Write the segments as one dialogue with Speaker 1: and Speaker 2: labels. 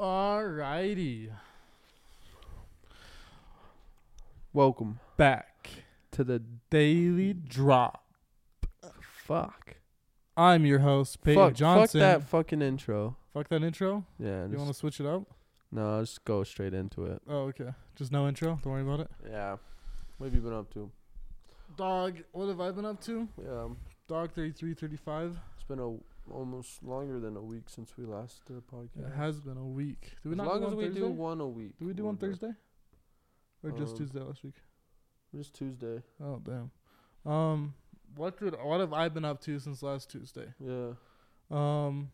Speaker 1: Alrighty.
Speaker 2: Welcome
Speaker 1: Back.
Speaker 2: to the
Speaker 1: Daily Drop.
Speaker 2: fuck.
Speaker 1: I'm your host, Peyton
Speaker 2: fuck,
Speaker 1: Johnson.
Speaker 2: fuck that fucking intro.
Speaker 1: Fuck that intro?
Speaker 2: Yeah.
Speaker 1: You
Speaker 2: Just,
Speaker 1: want to switch it up?
Speaker 2: no, I'll just go straight into it.
Speaker 1: Oh, okay. Just no intro? Don't worry about it.
Speaker 2: Yeah. What have you been up to?
Speaker 1: Dog, what have I been up to?
Speaker 2: Yeah, um,
Speaker 1: Dog 3335.
Speaker 2: it's been a almost longer than a week since we last did a podcast.
Speaker 1: It has been a week. Did we
Speaker 2: as
Speaker 1: not
Speaker 2: long
Speaker 1: do
Speaker 2: as
Speaker 1: one
Speaker 2: we
Speaker 1: Thursday?
Speaker 2: do one a week.
Speaker 1: Did we do one
Speaker 2: we're good.
Speaker 1: Thursday? Or just
Speaker 2: Um,
Speaker 1: Tuesday last week?
Speaker 2: It's Tuesday.
Speaker 1: Oh, damn. Um, what did, what have I been up to since last Tuesday?
Speaker 2: Yeah.
Speaker 1: Um,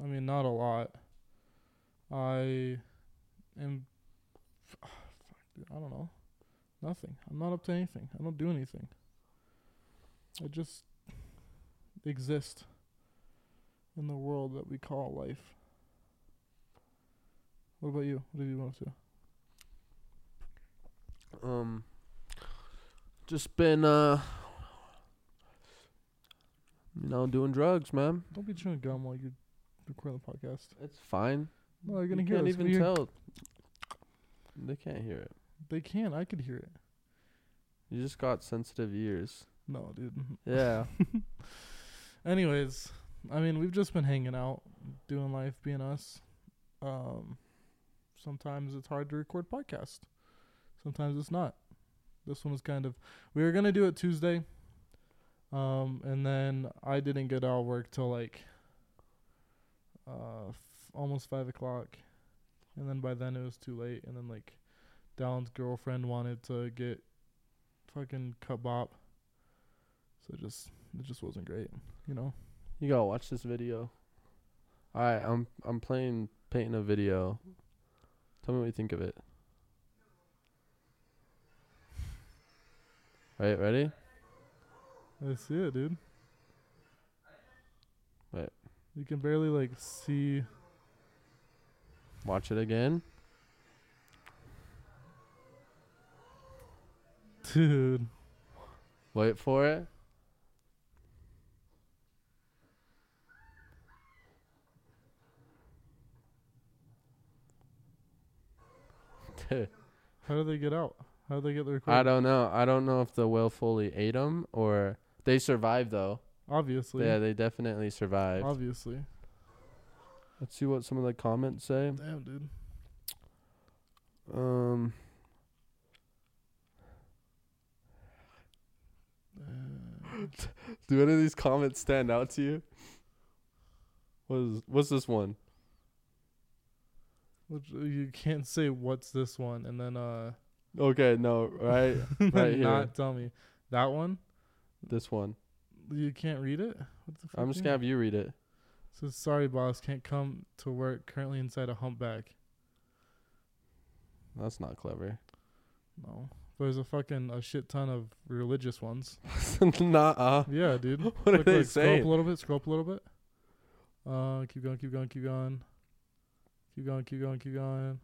Speaker 1: I mean, not a lot. I am. Fuck, dude, I don't know. Nothing. I'm not up to anything. I don't do anything. I just exist in the world that we call life. What about you? What have you been up to?
Speaker 2: Um. Just been uh. You know, doing drugs, man.
Speaker 1: Don't be chewing gum while you're recording the podcast.
Speaker 2: It's fine.
Speaker 1: No, they're gonna
Speaker 2: you
Speaker 1: hear
Speaker 2: can't
Speaker 1: this.
Speaker 2: even
Speaker 1: We-
Speaker 2: tell. They can't hear it.
Speaker 1: They can. I could hear it.
Speaker 2: You just got sensitive ears.
Speaker 1: No, dude.
Speaker 2: Yeah.
Speaker 1: Anyways, I mean, we've just been hanging out, doing life, being us. Um, sometimes it's hard to record podcast. Sometimes it's not. This one was kind of. We were gonna do it Tuesday, um, and then I didn't get out of work till like uh, f- almost five o'clock, and then by then it was too late. And then like, Dallin's girlfriend wanted to get fucking kabop, so it just it just wasn't great, you know.
Speaker 2: you gotta watch this video. All right, I'm I'm playing painting a video. Tell me what you think of it. All right, ready?
Speaker 1: I see it, dude.
Speaker 2: Wait.
Speaker 1: You can barely like see.
Speaker 2: Watch it again.
Speaker 1: Dude,
Speaker 2: Wait for it. Dude,
Speaker 1: how do they get out? How do they get the recording?
Speaker 2: I don't know. I don't know if the whale fully ate them or they survived though.
Speaker 1: Obviously.
Speaker 2: Yeah, they definitely survived.
Speaker 1: obviously.
Speaker 2: Let's see what some of the comments say.
Speaker 1: Damn, dude.
Speaker 2: Um, do any of these comments stand out to you? What is what's this one?
Speaker 1: Which uh, you can't say what's this one and then uh
Speaker 2: Okay, no, right,
Speaker 1: and then
Speaker 2: right here.
Speaker 1: not tell me that one.
Speaker 2: This one.
Speaker 1: You can't read it. What the fuck
Speaker 2: I'm
Speaker 1: do
Speaker 2: just
Speaker 1: you
Speaker 2: gonna
Speaker 1: mean?
Speaker 2: have you read it.
Speaker 1: So sorry, boss. Can't come to work. Currently inside a humpback.
Speaker 2: That's not clever.
Speaker 1: No. There's a fucking a shit ton of religious ones.
Speaker 2: Nah.
Speaker 1: Yeah, dude.
Speaker 2: What are
Speaker 1: Scroll
Speaker 2: they
Speaker 1: up
Speaker 2: saying?
Speaker 1: a little bit. Scroll up a little bit. Uh, keep going. Keep going. Keep going. Keep going. Keep going. Keep going.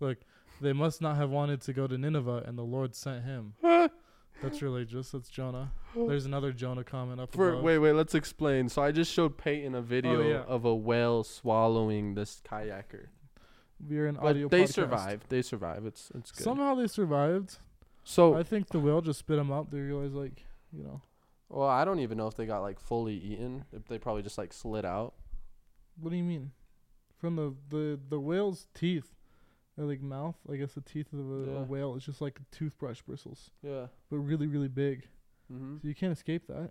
Speaker 1: Look, they must not have wanted to go to Nineveh, and the Lord sent him. That's religious. That's Jonah. There's another Jonah comment up
Speaker 2: For,
Speaker 1: above.
Speaker 2: wait, wait. Let's explain. So I just showed Peyton a video
Speaker 1: yeah.
Speaker 2: of a whale swallowing this kayaker,
Speaker 1: We're an
Speaker 2: but
Speaker 1: audio.
Speaker 2: they
Speaker 1: podcast.
Speaker 2: survive. They survive. It's it's good. Oh.
Speaker 1: Somehow they survived.
Speaker 2: so
Speaker 1: I think the whale just spit them out. They realized, like, you know,
Speaker 2: Well, I don't even know if they got like fully eaten. If They probably just like slid out.
Speaker 1: what do you mean? From the the the whale's teeth, or like mouth. I guess the teeth of a,
Speaker 2: Yeah.
Speaker 1: a whale is just like toothbrush bristles,
Speaker 2: Yeah.
Speaker 1: but really really big.
Speaker 2: hmm
Speaker 1: So you can't escape that.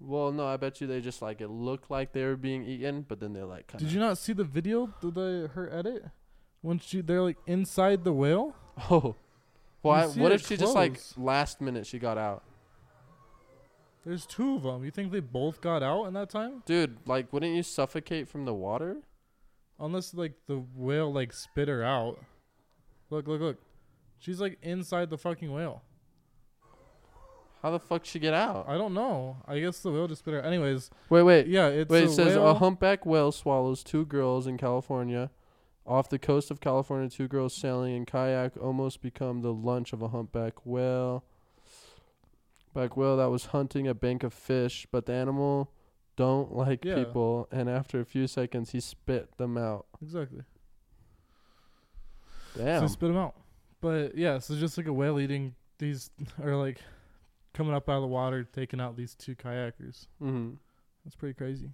Speaker 2: Well, no, I bet you they just like it looked like they were being eaten, but then they're like. Kinda,
Speaker 1: Did you not see the video? Did they, her edit? When she they're like inside the whale.
Speaker 2: Oh. Well, I,
Speaker 1: see
Speaker 2: what
Speaker 1: it
Speaker 2: if she just like
Speaker 1: close.
Speaker 2: last minute she got out,
Speaker 1: There's two of them. You think they both got out in that time?
Speaker 2: dude? Like, wouldn't you suffocate from the water?
Speaker 1: Unless like the whale like spit her out. Look, look, look. She's like inside the fucking whale.
Speaker 2: How the fuck she get out?
Speaker 1: I don't know. I guess the whale just spit her. Anyways,
Speaker 2: Wait, wait,
Speaker 1: yeah, it's
Speaker 2: wait.
Speaker 1: a
Speaker 2: It says uh-huh.
Speaker 1: whale.
Speaker 2: a humpback whale swallows two girls in California, off the coast of California. Two girls sailing in kayak almost become the lunch of a humpback whale. Back whale that was hunting a bank of fish, but the animal don't like
Speaker 1: Yeah.
Speaker 2: people, and after a few seconds, he spit them out.
Speaker 1: Exactly. So
Speaker 2: Damn.
Speaker 1: they spit them out. But yeah, so just like a whale eating these, or like coming up out of the water, taking out these two kayakers.
Speaker 2: Mm-hmm. Uh,
Speaker 1: That's pretty crazy.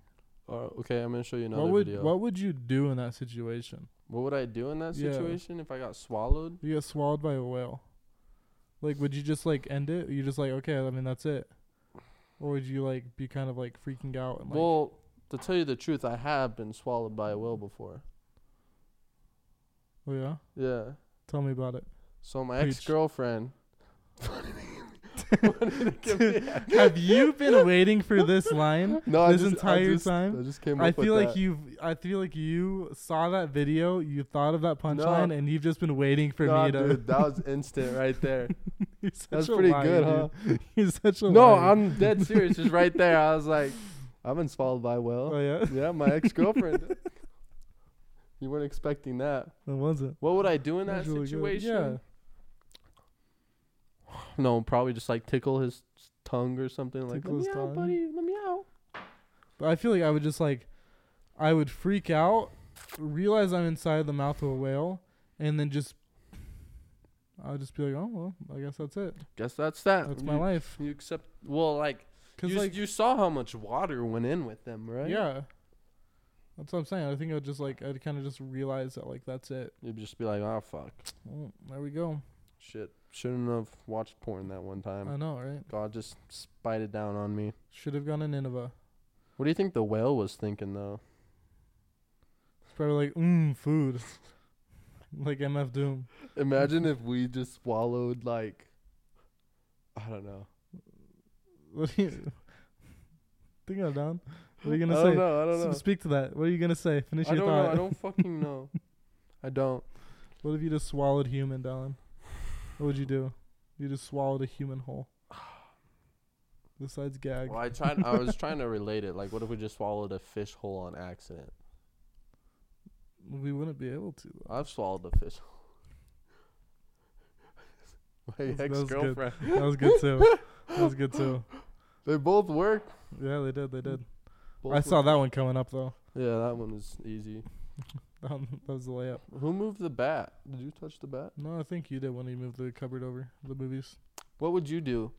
Speaker 2: okay, I'm gonna show you another
Speaker 1: what would
Speaker 2: video.
Speaker 1: what would you do in that situation?
Speaker 2: What would I do in that
Speaker 1: Yeah.
Speaker 2: situation if I got swallowed?
Speaker 1: You get swallowed by a whale. Like, would you just like end it? Or you just like, okay, I mean that's it. Or would you like be kind of like freaking out and like,
Speaker 2: well, to tell you the truth, I have been swallowed by a whale before.
Speaker 1: oh yeah,
Speaker 2: Yeah.
Speaker 1: tell me about it.
Speaker 2: So my
Speaker 1: Preach.
Speaker 2: ex girlfriend.
Speaker 1: Have you been waiting for this line?
Speaker 2: No,
Speaker 1: This
Speaker 2: I just, I
Speaker 1: entire
Speaker 2: just,
Speaker 1: time?
Speaker 2: I just came. Up
Speaker 1: I feel
Speaker 2: with
Speaker 1: like
Speaker 2: that.
Speaker 1: you've. I feel like you saw that video. You thought of that punchline, and you've just been waiting for
Speaker 2: Nah,
Speaker 1: me to.
Speaker 2: dude, that was instant right there.
Speaker 1: You're such
Speaker 2: That's
Speaker 1: a
Speaker 2: pretty
Speaker 1: liar,
Speaker 2: good, huh?
Speaker 1: dude. You're such a
Speaker 2: no,
Speaker 1: liar.
Speaker 2: I'm dead serious. Just right there, I was like, I've been swallowed by a
Speaker 1: Oh
Speaker 2: whale.
Speaker 1: yeah,
Speaker 2: Yeah, my ex girlfriend. you weren't expecting that.
Speaker 1: that was it.
Speaker 2: What would I do in that
Speaker 1: That's really good.
Speaker 2: situation?
Speaker 1: Yeah.
Speaker 2: No, probably just like tickle his tongue or something like.
Speaker 1: Tickle
Speaker 2: Let
Speaker 1: his
Speaker 2: me out,
Speaker 1: tongue.
Speaker 2: buddy. Let me out.
Speaker 1: But I feel like I would just like, I would freak out, realize I'm inside the mouth of a whale, and then just, I would just be like, oh well, I guess that's it.
Speaker 2: Guess that's that.
Speaker 1: That's
Speaker 2: you,
Speaker 1: my life.
Speaker 2: You accept. Well, like,
Speaker 1: Cause
Speaker 2: you, s-
Speaker 1: like,
Speaker 2: you saw how much water went in with them, right?
Speaker 1: yeah, that's what I'm saying. I think I'd just like, I'd kind of just realize that like that's it.
Speaker 2: You'd just be like, oh fuck,
Speaker 1: Well, there we go.
Speaker 2: shit. Shouldn't have watched porn that one time.
Speaker 1: I know, right?
Speaker 2: God just spied it down on me.
Speaker 1: Should have gone to Nineveh.
Speaker 2: What do you think the whale was thinking though?
Speaker 1: It's probably like, mmm, food. like MF Doom.
Speaker 2: Imagine if we just swallowed like, I don't know.
Speaker 1: What do you think I'm down? What are you
Speaker 2: I
Speaker 1: gonna
Speaker 2: don't
Speaker 1: say?
Speaker 2: know. I don't know.
Speaker 1: S- Speak to that. What are you gonna say? Finish
Speaker 2: I
Speaker 1: your
Speaker 2: don't
Speaker 1: thought.
Speaker 2: know. I don't fucking know. I don't.
Speaker 1: What if you just swallowed human, Dylan? What would you do? You just swallowed a human whole. Besides gag.
Speaker 2: Well, I tried. I was trying to relate it. Like, what if we just swallowed a fish whole on accident?
Speaker 1: We wouldn't be able to. though.
Speaker 2: I've swallowed a fish. My
Speaker 1: That's- that
Speaker 2: ex
Speaker 1: was good.
Speaker 2: girlfriend.
Speaker 1: That was good too. That was good too.
Speaker 2: They both work.
Speaker 1: Yeah, they did. They did.
Speaker 2: Both
Speaker 1: I saw that one coming up though.
Speaker 2: Work. Yeah, that one was easy.
Speaker 1: That one- that was the layup.
Speaker 2: Who moved the bat? Did you touch the bat?
Speaker 1: No, I think you did when you moved the cupboard over the movies.
Speaker 2: What would you do?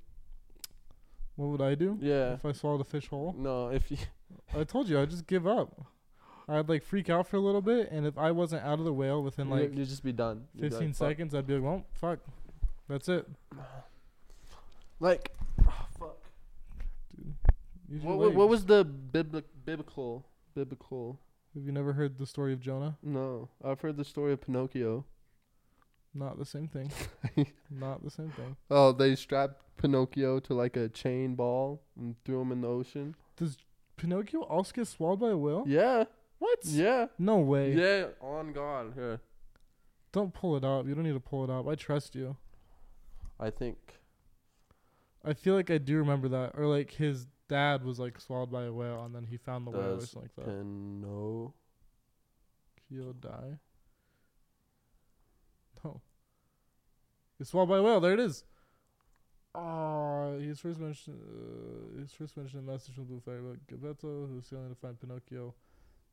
Speaker 1: What would I do
Speaker 2: Yeah.
Speaker 1: if I swallowed a fish whole?
Speaker 2: No, if you.
Speaker 1: I told you I'd just give up. I'd like freak out for a little bit, and if I wasn't out of the whale within like
Speaker 2: you'd just be done. You'd be
Speaker 1: 15
Speaker 2: like, "Fuck."
Speaker 1: seconds, I'd be like, well, fuck, that's it.
Speaker 2: Like, ah, fuck.
Speaker 1: You just
Speaker 2: What,
Speaker 1: wave.
Speaker 2: what, what was the bibli- biblical? Biblical.
Speaker 1: Have you never heard the story of Jonah?
Speaker 2: No, I've heard the story of Pinocchio.
Speaker 1: Not the same thing. Not the same thing.
Speaker 2: Oh, they strapped Pinocchio to like a chain ball and threw him in the ocean.
Speaker 1: Does Pinocchio also get swallowed by a whale?
Speaker 2: Yeah.
Speaker 1: What?
Speaker 2: Yeah.
Speaker 1: No way.
Speaker 2: Yeah. On God. Yeah.
Speaker 1: Don't pull it up. You don't need to pull it up. I trust you.
Speaker 2: I think.
Speaker 1: I feel like I do remember that. Or like his dad was like swallowed by a whale and then he found the whale or
Speaker 2: Does
Speaker 1: something like that.
Speaker 2: Pino.
Speaker 1: He'll die. No. He's swallowed by a whale. There it is. Ah, he's first mentioned. Uh, he's first mentioned in message from Blue Fairy about Gabetto, who's failing to find Pinocchio,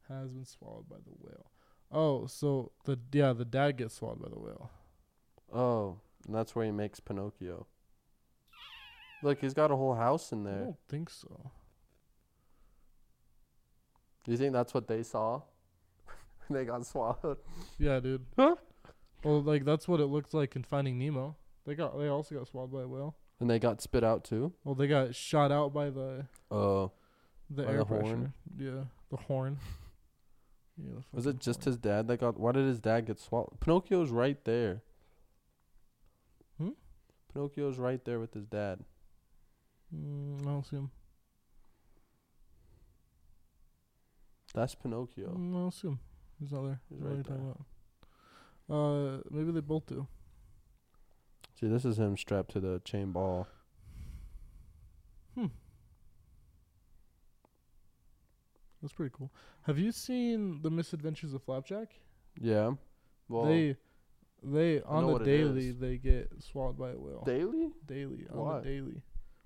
Speaker 1: has been swallowed by the whale. Oh, so the yeah, the dad gets swallowed by the whale.
Speaker 2: Oh, and that's where he makes Pinocchio. Look, he's got a whole house in
Speaker 1: I
Speaker 2: there.
Speaker 1: don't think so.
Speaker 2: Do you think that's what they saw? they got swallowed.
Speaker 1: Yeah, dude.
Speaker 2: Huh?
Speaker 1: Well, like that's what it looked like in Finding Nemo. They got they also got swallowed by a whale.
Speaker 2: And they got spit out too.
Speaker 1: Well, they got shot out by the
Speaker 2: Oh.
Speaker 1: the
Speaker 2: By
Speaker 1: air
Speaker 2: the
Speaker 1: pressure.
Speaker 2: horn?
Speaker 1: Yeah, the horn. Yeah, the
Speaker 2: was
Speaker 1: fucking
Speaker 2: it just
Speaker 1: horn.
Speaker 2: his dad that got? Why did his dad get swallowed? Pinocchio's right there.
Speaker 1: Hmm?
Speaker 2: Pinocchio's right there with his dad.
Speaker 1: Mm, I don't see him.
Speaker 2: That's Pinocchio.
Speaker 1: Mm, I don't see him. He's not there.
Speaker 2: He's
Speaker 1: I don't know
Speaker 2: right
Speaker 1: what you're talking about. Uh, maybe they both do.
Speaker 2: See, this is him strapped to the chain ball.
Speaker 1: That's pretty cool. Have you seen the Misadventures of Flapjack?
Speaker 2: Yeah. Well,
Speaker 1: they, they on the
Speaker 2: what it
Speaker 1: daily
Speaker 2: is.
Speaker 1: they get swallowed by a whale.
Speaker 2: daily?
Speaker 1: daily on
Speaker 2: Why?
Speaker 1: the daily.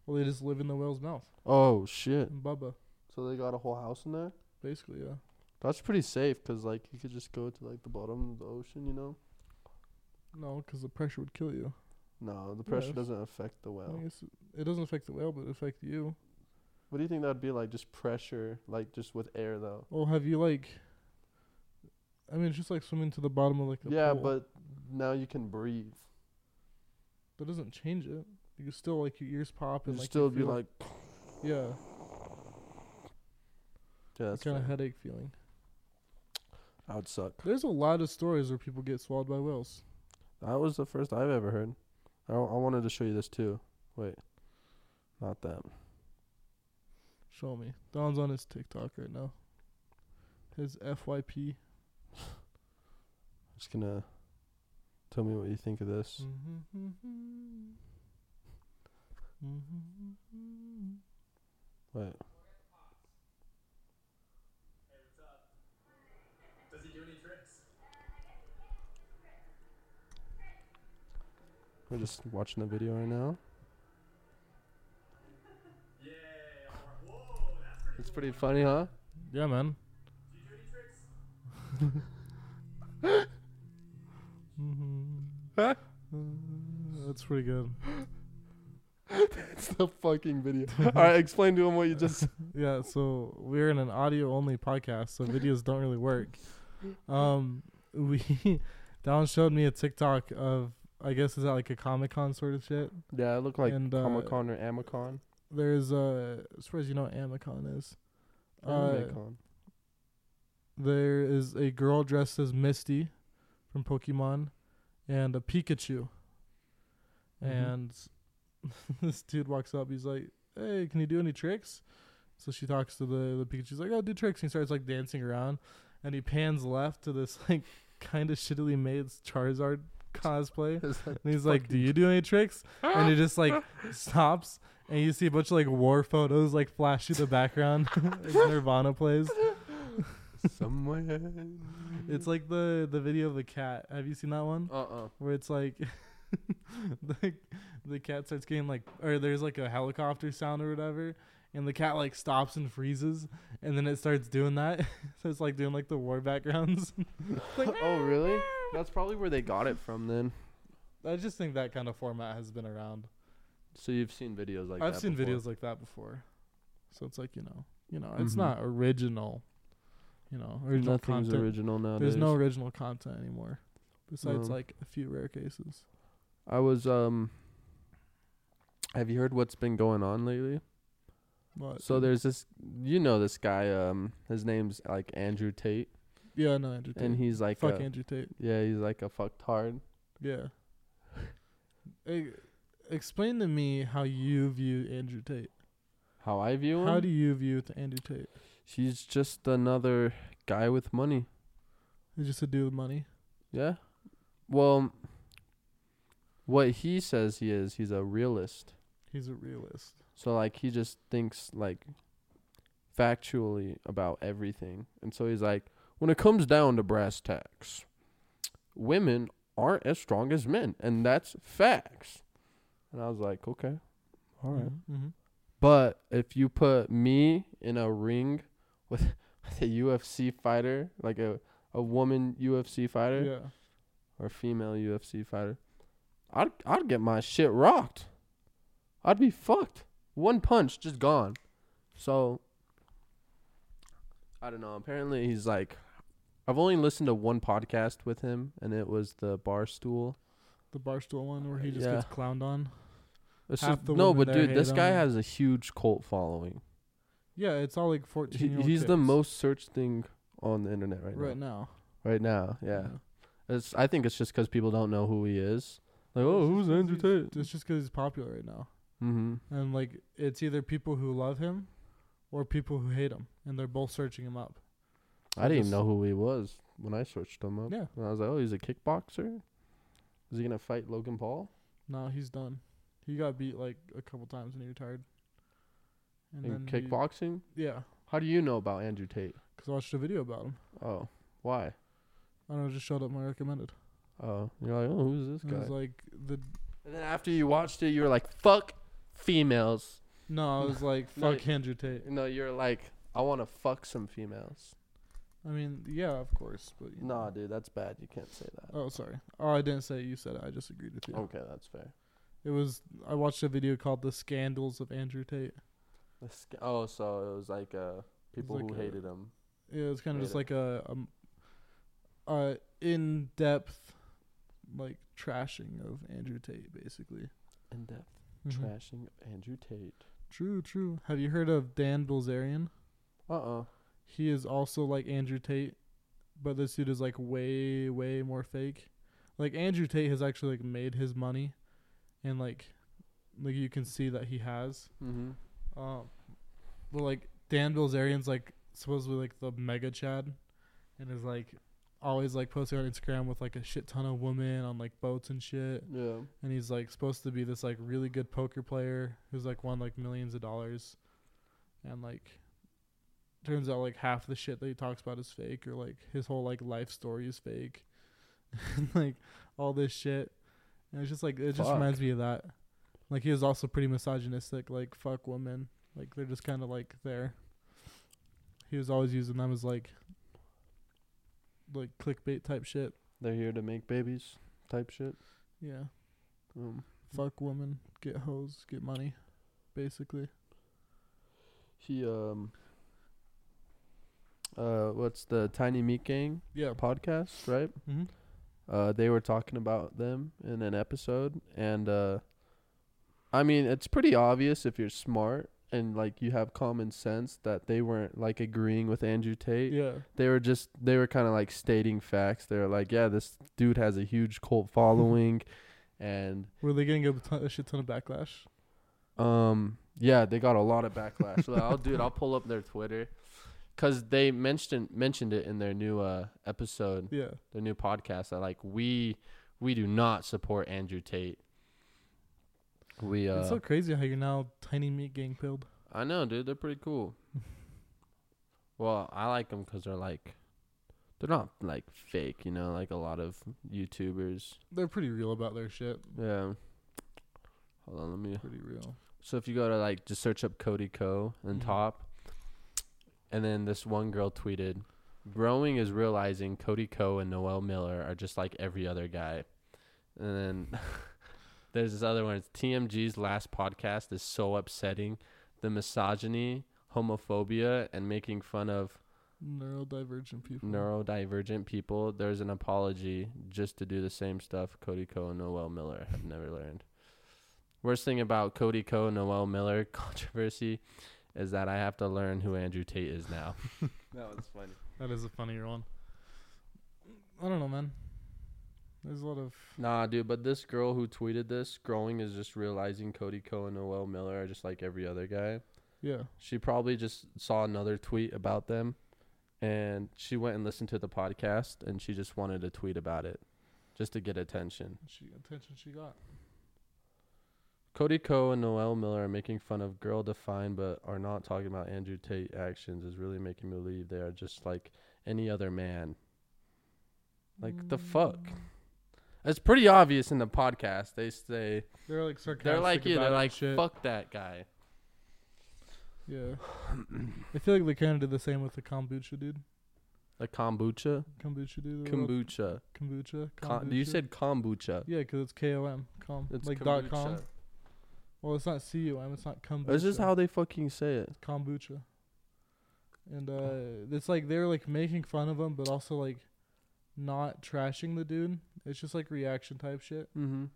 Speaker 1: Well, they just live in the whale's mouth.
Speaker 2: Oh shit!
Speaker 1: And Bubba,
Speaker 2: So they got a whole house in there.
Speaker 1: Basically, yeah.
Speaker 2: That's pretty safe because like you could just go to like the bottom of the ocean, you know.
Speaker 1: No, because the pressure would kill you.
Speaker 2: No, the pressure
Speaker 1: Yes.
Speaker 2: doesn't affect the
Speaker 1: I
Speaker 2: whale.
Speaker 1: guess it doesn't affect the whale, but it affects you.
Speaker 2: What do you think that'd be like? Just pressure, like just with air though.
Speaker 1: Well, have you like? I mean, it's just like swimming to the bottom of like a
Speaker 2: yeah,
Speaker 1: pool.
Speaker 2: but now you can breathe.
Speaker 1: that doesn't change it. You can still like your ears pop
Speaker 2: You
Speaker 1: and like you
Speaker 2: still be
Speaker 1: feel-
Speaker 2: like,
Speaker 1: yeah,
Speaker 2: yeah, that's
Speaker 1: kind of
Speaker 2: fair.
Speaker 1: headache feeling.
Speaker 2: I would suck.
Speaker 1: There's a lot of stories where people get swallowed by whales.
Speaker 2: That was the first I've ever heard. I, I wanted to show you this too. Wait, not that.
Speaker 1: Show me. Don's on his TikTok right now. His FYP.
Speaker 2: just gonna tell me what you think of this. Wait,
Speaker 3: Does he do any tricks?
Speaker 2: we're just watching the video right now.
Speaker 3: Yeah. alright. Whoa, that's pretty.
Speaker 2: It's pretty funny, huh?
Speaker 1: Yeah, man.
Speaker 3: Do you do any tricks?
Speaker 1: Mm-hmm. That's pretty good.
Speaker 2: It's the fucking video. All right, explain to him what you just.
Speaker 1: Yeah, so we're in an audio only podcast, so videos don't really work. Um, we Don showed me a TikTok of I guess is that like a Comic Con sort of shit.
Speaker 2: Yeah, it looked like
Speaker 1: And,
Speaker 2: Comic
Speaker 1: uh,
Speaker 2: Comic-Con or Amicon.
Speaker 1: There's uh, as far as you know, what Amicon is. Uh,
Speaker 2: Amicon.
Speaker 1: there is a girl dressed as Misty from Pokemon and a Pikachu.
Speaker 2: Mhm.
Speaker 1: And this dude walks up, he's like, Hey, can you do any tricks? So she talks to the, the Pikachu, she's like, Oh, do tricks. And he starts like dancing around and he pans left to this like kind of shittily made Charizard cosplay.
Speaker 2: It's like-
Speaker 1: And he's like, "Do you do any tricks?" And he just like stops, and you see a bunch of like war photos like flash through the background as Nirvana plays.
Speaker 2: Somewhere.
Speaker 1: It's like the the video of the cat. Have you seen that one?
Speaker 2: Uh-uh.
Speaker 1: Where it's like the the cat starts getting like or there's like a helicopter sound or whatever and the cat like stops and freezes and then it starts doing that. so it's like doing like the war backgrounds. It's like, "Ah,
Speaker 2: oh, really? That's probably where they got it from then.
Speaker 1: I just think that kind of format has been around.
Speaker 2: So you've seen videos like that.
Speaker 1: I've seen
Speaker 2: before.
Speaker 1: videos like that before. So it's like, you know, you know, it's
Speaker 2: Mhm.
Speaker 1: not original. You know, original
Speaker 2: Nothing's
Speaker 1: content.
Speaker 2: original nowadays.
Speaker 1: There's no original content anymore. Besides
Speaker 2: No.
Speaker 1: like a few rare cases.
Speaker 2: I was um. Have you heard what's been going on lately?
Speaker 1: But
Speaker 2: So there's this, you know, this guy. Um, his name's like Andrew Tate,
Speaker 1: Yeah, no, Andrew Tate.
Speaker 2: and he's like, uh,
Speaker 1: Fuck
Speaker 2: a,
Speaker 1: Andrew Tate.
Speaker 2: yeah, he's like a fucktard.
Speaker 1: Yeah. E- explain to me how you view Andrew Tate.
Speaker 2: How I view him,
Speaker 1: How do you view to Andrew Tate?
Speaker 2: he's just another guy with money.
Speaker 1: He's just a dude with money.
Speaker 2: Yeah. Well, what he says he is, he's a realist.
Speaker 1: He's a realist.
Speaker 2: So like he just thinks like factually about everything. And so he's like, when it comes down to brass tacks, women aren't as strong as men, and that's facts. And I was like, okay. All right.
Speaker 1: Mm-hmm.
Speaker 2: But if you put me in a ring with a UFC fighter, like a a woman UFC fighter
Speaker 1: Yeah.
Speaker 2: or female UFC fighter, I'd I'd get my shit rocked. I'd be fucked. One punch, just gone. So I don't know. Apparently he's like I've only listened to one podcast with him and it was the Barstool.
Speaker 1: The Barstool one where he just
Speaker 2: Yeah.
Speaker 1: gets clowned on.
Speaker 2: It's
Speaker 1: Half
Speaker 2: just,
Speaker 1: the
Speaker 2: no,
Speaker 1: women
Speaker 2: but
Speaker 1: there
Speaker 2: dude,
Speaker 1: hate
Speaker 2: this guy
Speaker 1: him.
Speaker 2: has a huge cult following.
Speaker 1: Yeah, it's all like
Speaker 2: He-
Speaker 1: 14 year old
Speaker 2: he's the most searched thing on the internet right,
Speaker 1: right
Speaker 2: now.
Speaker 1: now.
Speaker 2: Right now, yeah. It's I think it's just cuz people don't know who he is. Like, oh,
Speaker 1: It's
Speaker 2: who's
Speaker 1: just 'cause
Speaker 2: Andrew
Speaker 1: he's-
Speaker 2: Tate?
Speaker 1: It's just because he's popular right now.
Speaker 2: Mhm.
Speaker 1: And like it's either people who love him or people who hate him and they're both searching him up. So
Speaker 2: I didn't even
Speaker 1: just-
Speaker 2: know who he was when I searched him up.
Speaker 1: Yeah.
Speaker 2: And I was like, oh, he's a kickboxer? Is he going to fight Logan Paul?
Speaker 1: No, he's done. He got beat like a couple times and he retired.
Speaker 2: in
Speaker 1: then he-
Speaker 2: kickboxing?
Speaker 1: Yeah,
Speaker 2: How do you know about Andrew Tate?
Speaker 1: 'cause I watched a video about him.
Speaker 2: Oh, why?
Speaker 1: I don't know, it just showed up my recommended.
Speaker 2: Oh, you're like, oh, who's this
Speaker 1: And it
Speaker 2: guy?
Speaker 1: was like the
Speaker 2: and then after you watched it, you were like, fuck females.
Speaker 1: no, I was like
Speaker 2: No,
Speaker 1: fuck Andrew Tate.
Speaker 2: No, you're like, I want to fuck some females.
Speaker 1: I mean, yeah, of course, but you
Speaker 2: Nah,
Speaker 1: know.
Speaker 2: dude, that's bad. You can't say that.
Speaker 1: Oh, sorry. Oh, I didn't say it. You said it. I just agreed with you.
Speaker 2: Okay, that's fair.
Speaker 1: It was. I watched a video called "The Scandals of Andrew Tate."
Speaker 2: The sc- oh, so it was like uh, people
Speaker 1: like
Speaker 2: who
Speaker 1: a-
Speaker 2: hated him.
Speaker 1: It was kind of just
Speaker 2: Later.
Speaker 1: like a, um, a in-depth, like trashing of Andrew Tate, basically. Mm-hmm.
Speaker 2: In depth trashing of Andrew Tate.
Speaker 1: True, true. Have you heard of Dan Bilzerian?
Speaker 2: Uh uh
Speaker 1: He is also like Andrew Tate, but this dude is like way, way more fake. Like Andrew Tate has actually like made his money, and like, like you can see that he has.
Speaker 2: Mm-hmm.
Speaker 1: Um, but like Dan Bilzerian's like supposedly like the mega Chad, and is like always like posting on Instagram with like a shit ton of women on like boats and shit.
Speaker 2: Yeah.
Speaker 1: And he's like supposed to be this like really good poker player who's like won like millions of dollars, and like turns out like half the shit that he talks about is fake or like his whole like life story is fake, and like all this shit. And it's just like it just
Speaker 2: Fuck.
Speaker 1: reminds me of that. Like he was also pretty misogynistic, like fuck women. Like they're just kinda like there. He was always using them as like like clickbait type shit.
Speaker 2: They're here to make babies type shit.
Speaker 1: Yeah.
Speaker 2: Um,
Speaker 1: Fuck women, get hoes, get money, basically.
Speaker 2: he, um, uh, what's the Tiny Meat Gang
Speaker 1: Yeah.
Speaker 2: podcast, right?
Speaker 1: Mm-hmm.
Speaker 2: Uh, they were talking about them in an episode, and uh, I mean, it's pretty obvious if you're smart and like you have common sense that they weren't like agreeing with Andrew Tate.
Speaker 1: Yeah.
Speaker 2: They were just they were kind of like stating facts. They were like, yeah, this dude has a huge cult following, and
Speaker 1: Were they getting a, ton, a shit ton of backlash?
Speaker 2: um, yeah, they got a lot of backlash. so I'll dude, I'll pull up their Twitter. Cause they mentioned mentioned it in their new uh, episode
Speaker 1: Yeah.
Speaker 2: the new podcast that like we we do not support Andrew Tate. We uh
Speaker 1: It's so crazy how you're now tiny meat gang pilled.
Speaker 2: I know, dude, they're pretty cool. well, I like them cuz they're like they're not like fake, you know, like a lot of YouTubers.
Speaker 1: They're pretty real about their shit.
Speaker 2: Yeah. Hold on, let me
Speaker 1: Pretty real.
Speaker 2: So if you go to like just search up Cody Co and
Speaker 1: Mhm.
Speaker 2: top, and then this one girl tweeted, "Growing is realizing Cody Co and Noel Miller are just like every other guy," and then there's this other one. It's TMG's last podcast is so upsetting, the misogyny, homophobia, and making fun of
Speaker 1: Neurodivergent people.
Speaker 2: neurodivergent people. There's an apology just to do the same stuff Cody Co and Noel Miller have never learned. Worst thing about Cody Co and Noel Miller controversy is that I have to learn who Andrew Tate is now. that was funny.
Speaker 1: That is a funnier one. I don't know, man. There's a lot of
Speaker 2: Nah, dude, but this girl who tweeted this, growing is just realizing Cody Co and Noel Miller are just like every other guy.
Speaker 1: yeah.
Speaker 2: She probably just saw another tweet about them and she went and listened to the podcast and she just wanted to tweet about it just to get attention.
Speaker 1: She attention she got.
Speaker 2: Cody Ko and Noel Miller are making fun of girl defined but are not talking about Andrew Tate actions is really making me believe they are just like any other man. Like
Speaker 1: Mm.
Speaker 2: the fuck. It's pretty obvious in the podcast. They say
Speaker 1: They're like sarcastic.
Speaker 2: they're like you,
Speaker 1: about it
Speaker 2: they're
Speaker 1: and
Speaker 2: like
Speaker 1: shit.
Speaker 2: fuck that guy.
Speaker 1: Yeah. I feel like they kind of did the same with the kombucha dude.
Speaker 2: The kombucha?
Speaker 1: Kombucha dude. they're all-
Speaker 2: Kombucha.
Speaker 1: kombucha.
Speaker 2: Con- you
Speaker 1: kombucha.
Speaker 2: said kombucha.
Speaker 1: Yeah, 'cause it's K O M com
Speaker 2: It's
Speaker 1: like
Speaker 2: kombucha.
Speaker 1: dot com. Well, it's not C U M. It's not kombucha.
Speaker 2: This is how they fucking say it.
Speaker 1: kombucha. And uh, it's like they're like making fun of him, but also like not trashing the dude. It's just like reaction type shit,
Speaker 2: Mm-hmm.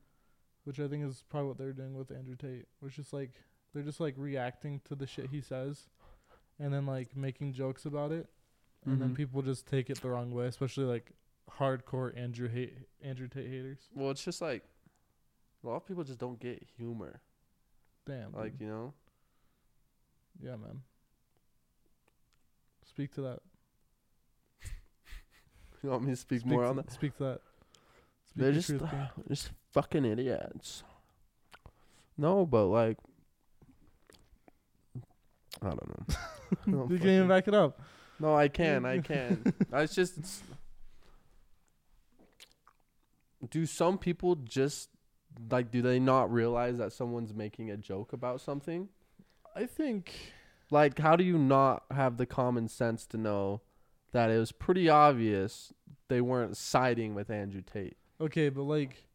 Speaker 1: which I think is probably what they're doing with Andrew Tate. Which is like they're just like reacting to the shit he says, and then like making jokes about it, and then
Speaker 2: Mhm.
Speaker 1: people just take it the wrong way, especially like hardcore Andrew hate Andrew Tate haters.
Speaker 2: Well, it's just like a lot of people just don't get humor.
Speaker 1: Damn.
Speaker 2: Like,
Speaker 1: dude.
Speaker 2: you know?
Speaker 1: yeah, man. Speak to that.
Speaker 2: You want me to speak more
Speaker 1: to,
Speaker 2: on that?
Speaker 1: Speak to that. Speak
Speaker 2: They're
Speaker 1: the
Speaker 2: just
Speaker 1: truth, man.
Speaker 2: just fucking idiots. No, but like, I don't know. I don't
Speaker 1: You can even
Speaker 2: fucking-
Speaker 1: back it up.
Speaker 2: no, I can, I can. I it's just. it's- do some people just like? Do they not realize that someone's making a joke about something?
Speaker 1: I think
Speaker 2: Like, how do you not have the common sense to know that it was pretty obvious they weren't siding with Andrew Tate?
Speaker 1: Okay, but like,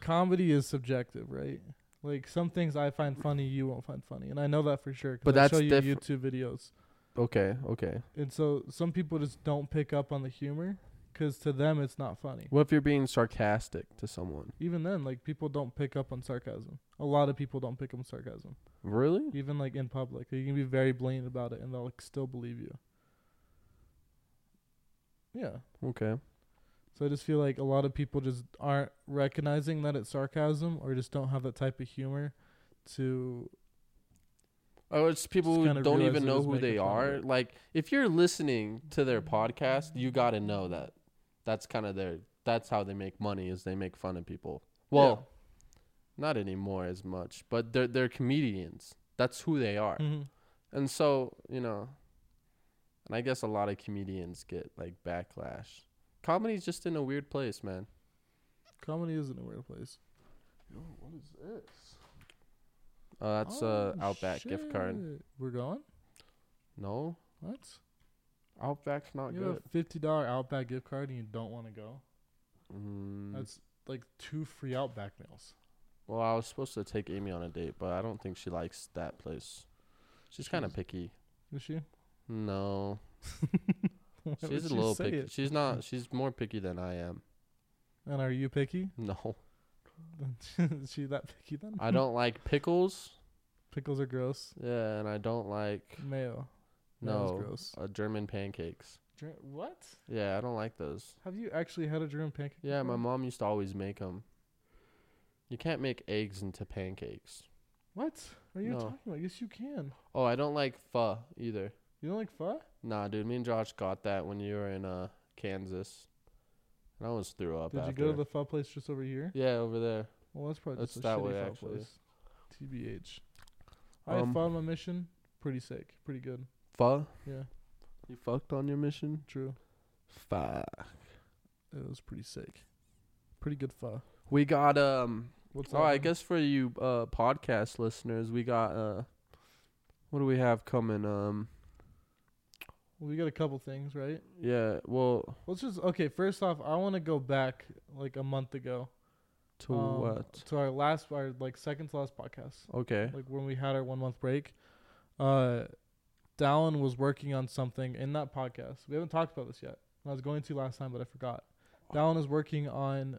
Speaker 1: comedy is subjective, right? Like some things I find funny, you won't find funny, and I know that for sure. 'cause
Speaker 2: But
Speaker 1: I
Speaker 2: that's
Speaker 1: show you
Speaker 2: different.
Speaker 1: YouTube videos,
Speaker 2: Okay, okay.
Speaker 1: and so some people just don't pick up on the humor, 'cause to them it's not funny.
Speaker 2: What if you're being sarcastic to someone?
Speaker 1: Even then, like people don't pick up on sarcasm. A lot of people don't pick up on sarcasm,
Speaker 2: Really?
Speaker 1: even like in public. You can be very blatant about it, and they'll like still believe you. Yeah.
Speaker 2: Okay.
Speaker 1: So I just feel like a lot of people just aren't recognizing that it's sarcasm or just don't have that type of humor to
Speaker 2: Oh, it's people
Speaker 1: Just
Speaker 2: who
Speaker 1: kinda
Speaker 2: don't
Speaker 1: realize
Speaker 2: even
Speaker 1: it
Speaker 2: know
Speaker 1: was
Speaker 2: who
Speaker 1: making
Speaker 2: they
Speaker 1: fun of
Speaker 2: are.
Speaker 1: it.
Speaker 2: Like, if you're listening to their podcast, you got to know that. That's kind of their. That's how they make money. Is they make fun of people. Well, not anymore as much, but they're they're comedians. That's who they are.
Speaker 1: Mhm.
Speaker 2: And so you know, and I guess a lot of comedians get like backlash. Comedy's just in a weird place, man.
Speaker 1: comedy isn't a weird place.
Speaker 2: what is this? Oh, that's
Speaker 1: Oh,
Speaker 2: a Outback gift card.
Speaker 1: shit. We're going?
Speaker 2: No,
Speaker 1: What?
Speaker 2: Outback's not
Speaker 1: you
Speaker 2: good.
Speaker 1: have a fifty dollar Outback gift card and you don't want to go?
Speaker 2: Mm,
Speaker 1: That's like two free Outback meals.
Speaker 2: well, I was supposed to take Amy on a date, but I don't think she likes that place. She's kind of
Speaker 1: She's-
Speaker 2: picky.
Speaker 1: Is she?
Speaker 2: No,
Speaker 1: Why would
Speaker 2: she's a
Speaker 1: you
Speaker 2: little
Speaker 1: say
Speaker 2: picky.
Speaker 1: it?
Speaker 2: She's not. She's more picky than I am.
Speaker 1: And are you picky?
Speaker 2: No,
Speaker 1: Is she that picky then?
Speaker 2: I don't like pickles.
Speaker 1: Pickles are gross.
Speaker 2: Yeah, and I don't like
Speaker 1: Mayo. Mayo's
Speaker 2: no
Speaker 1: gross.
Speaker 2: uh, German pancakes.
Speaker 1: Ger- what?
Speaker 2: Yeah, I don't like those.
Speaker 1: Have you actually had a German pancake?
Speaker 2: Yeah, my
Speaker 1: before?
Speaker 2: mom used to always make them. You can't make eggs into pancakes.
Speaker 1: What are you
Speaker 2: No.
Speaker 1: talking about? Yes, you can.
Speaker 2: Oh, I don't like pho either.
Speaker 1: You don't like pho?
Speaker 2: Nah, dude, me and Josh got that when you were in uh Kansas. And I almost threw up.
Speaker 1: Did
Speaker 2: after.
Speaker 1: you go to the pho place just over here?
Speaker 2: Yeah, over there.
Speaker 1: Well, that's probably just
Speaker 2: It's
Speaker 1: a
Speaker 2: that
Speaker 1: shitty
Speaker 2: way,
Speaker 1: pho
Speaker 2: actually.
Speaker 1: place. Tbh. I
Speaker 2: Um,
Speaker 1: found my mission. Pretty sick. Pretty good.
Speaker 2: Pho?
Speaker 1: Yeah,
Speaker 2: You fucked on your mission?
Speaker 1: true.
Speaker 2: Fuck.
Speaker 1: It was pretty sick. Pretty good pho.
Speaker 2: We got um
Speaker 1: What's
Speaker 2: oh I
Speaker 1: happening?
Speaker 2: guess for you uh podcast listeners, we got uh what do we have coming? Um
Speaker 1: we got a couple things, right?
Speaker 2: yeah, well
Speaker 1: Let's just okay. First off, I want to go back like a month ago
Speaker 2: to
Speaker 1: um,
Speaker 2: what?
Speaker 1: to our last, our like second to last podcast.
Speaker 2: Okay.
Speaker 1: like when we had our one month break, uh, Dallin was working on something in that podcast. We haven't talked about this yet. And I was going to last time, but I forgot. Dallin is working on